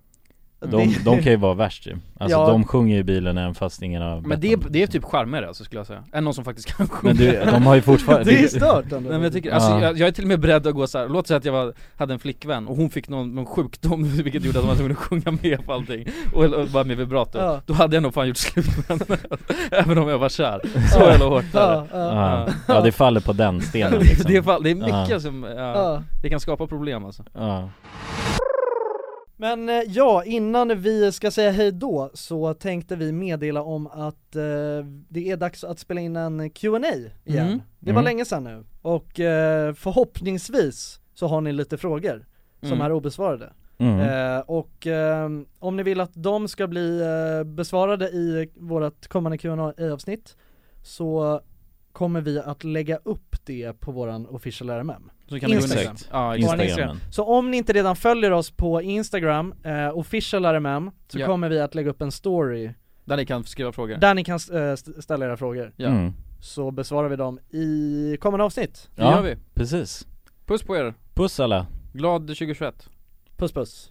De, Det- de kan ju vara värst ju, alltså Ja. de sjunger i bilen även fast ingen har Men bett det, om det är typ charmigare alltså skulle jag säga, än någon som faktiskt kan sjunga Men du, de har ju fortfarande Det är ju stört ändå Nej men jag tycker, alltså, Ja. jag, jag är till och med beredd att gå så här. låt säga att jag var, hade en flickvän och hon fick någon, någon sjukdom vilket gjorde att hon var tvungen att sjunga med på allting och, och bara med vibrato Ja. Då hade jag nog fan gjort slut med henne, även om jag var kär, så jävla hårt är det. Ja, ja, ja. ja, det faller på den stenen liksom det, är fall, det är mycket Ja. som, ja, ja. det kan skapa problem alltså ja. Men eh, ja, innan vi ska säga hej då så tänkte vi meddela om att eh, det är dags att spela in en Q&A igen. Mm. Det var Mm. länge sedan nu och eh, förhoppningsvis så har ni lite frågor som Mm. är obesvarade. Mm. Eh, och ehm, om ni vill att de ska bli eh, besvarade i vårt kommande qa avsnitt så kommer vi att lägga upp det på våran official RMM. Så kan det gå Instagram. ner. Ja, exakt. Instagramen Så om ni inte redan följer oss på Instagram, eh, official RMM, så Ja. kommer vi att lägga upp en story Där ni kan skriva frågor där ni kan eh, st- ställa era frågor. Ja. mm. Så besvarar vi dem i kommande avsnitt. Det Ja. gör vi, Precis, puss på er, puss alla glad 2021 Puss puss.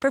for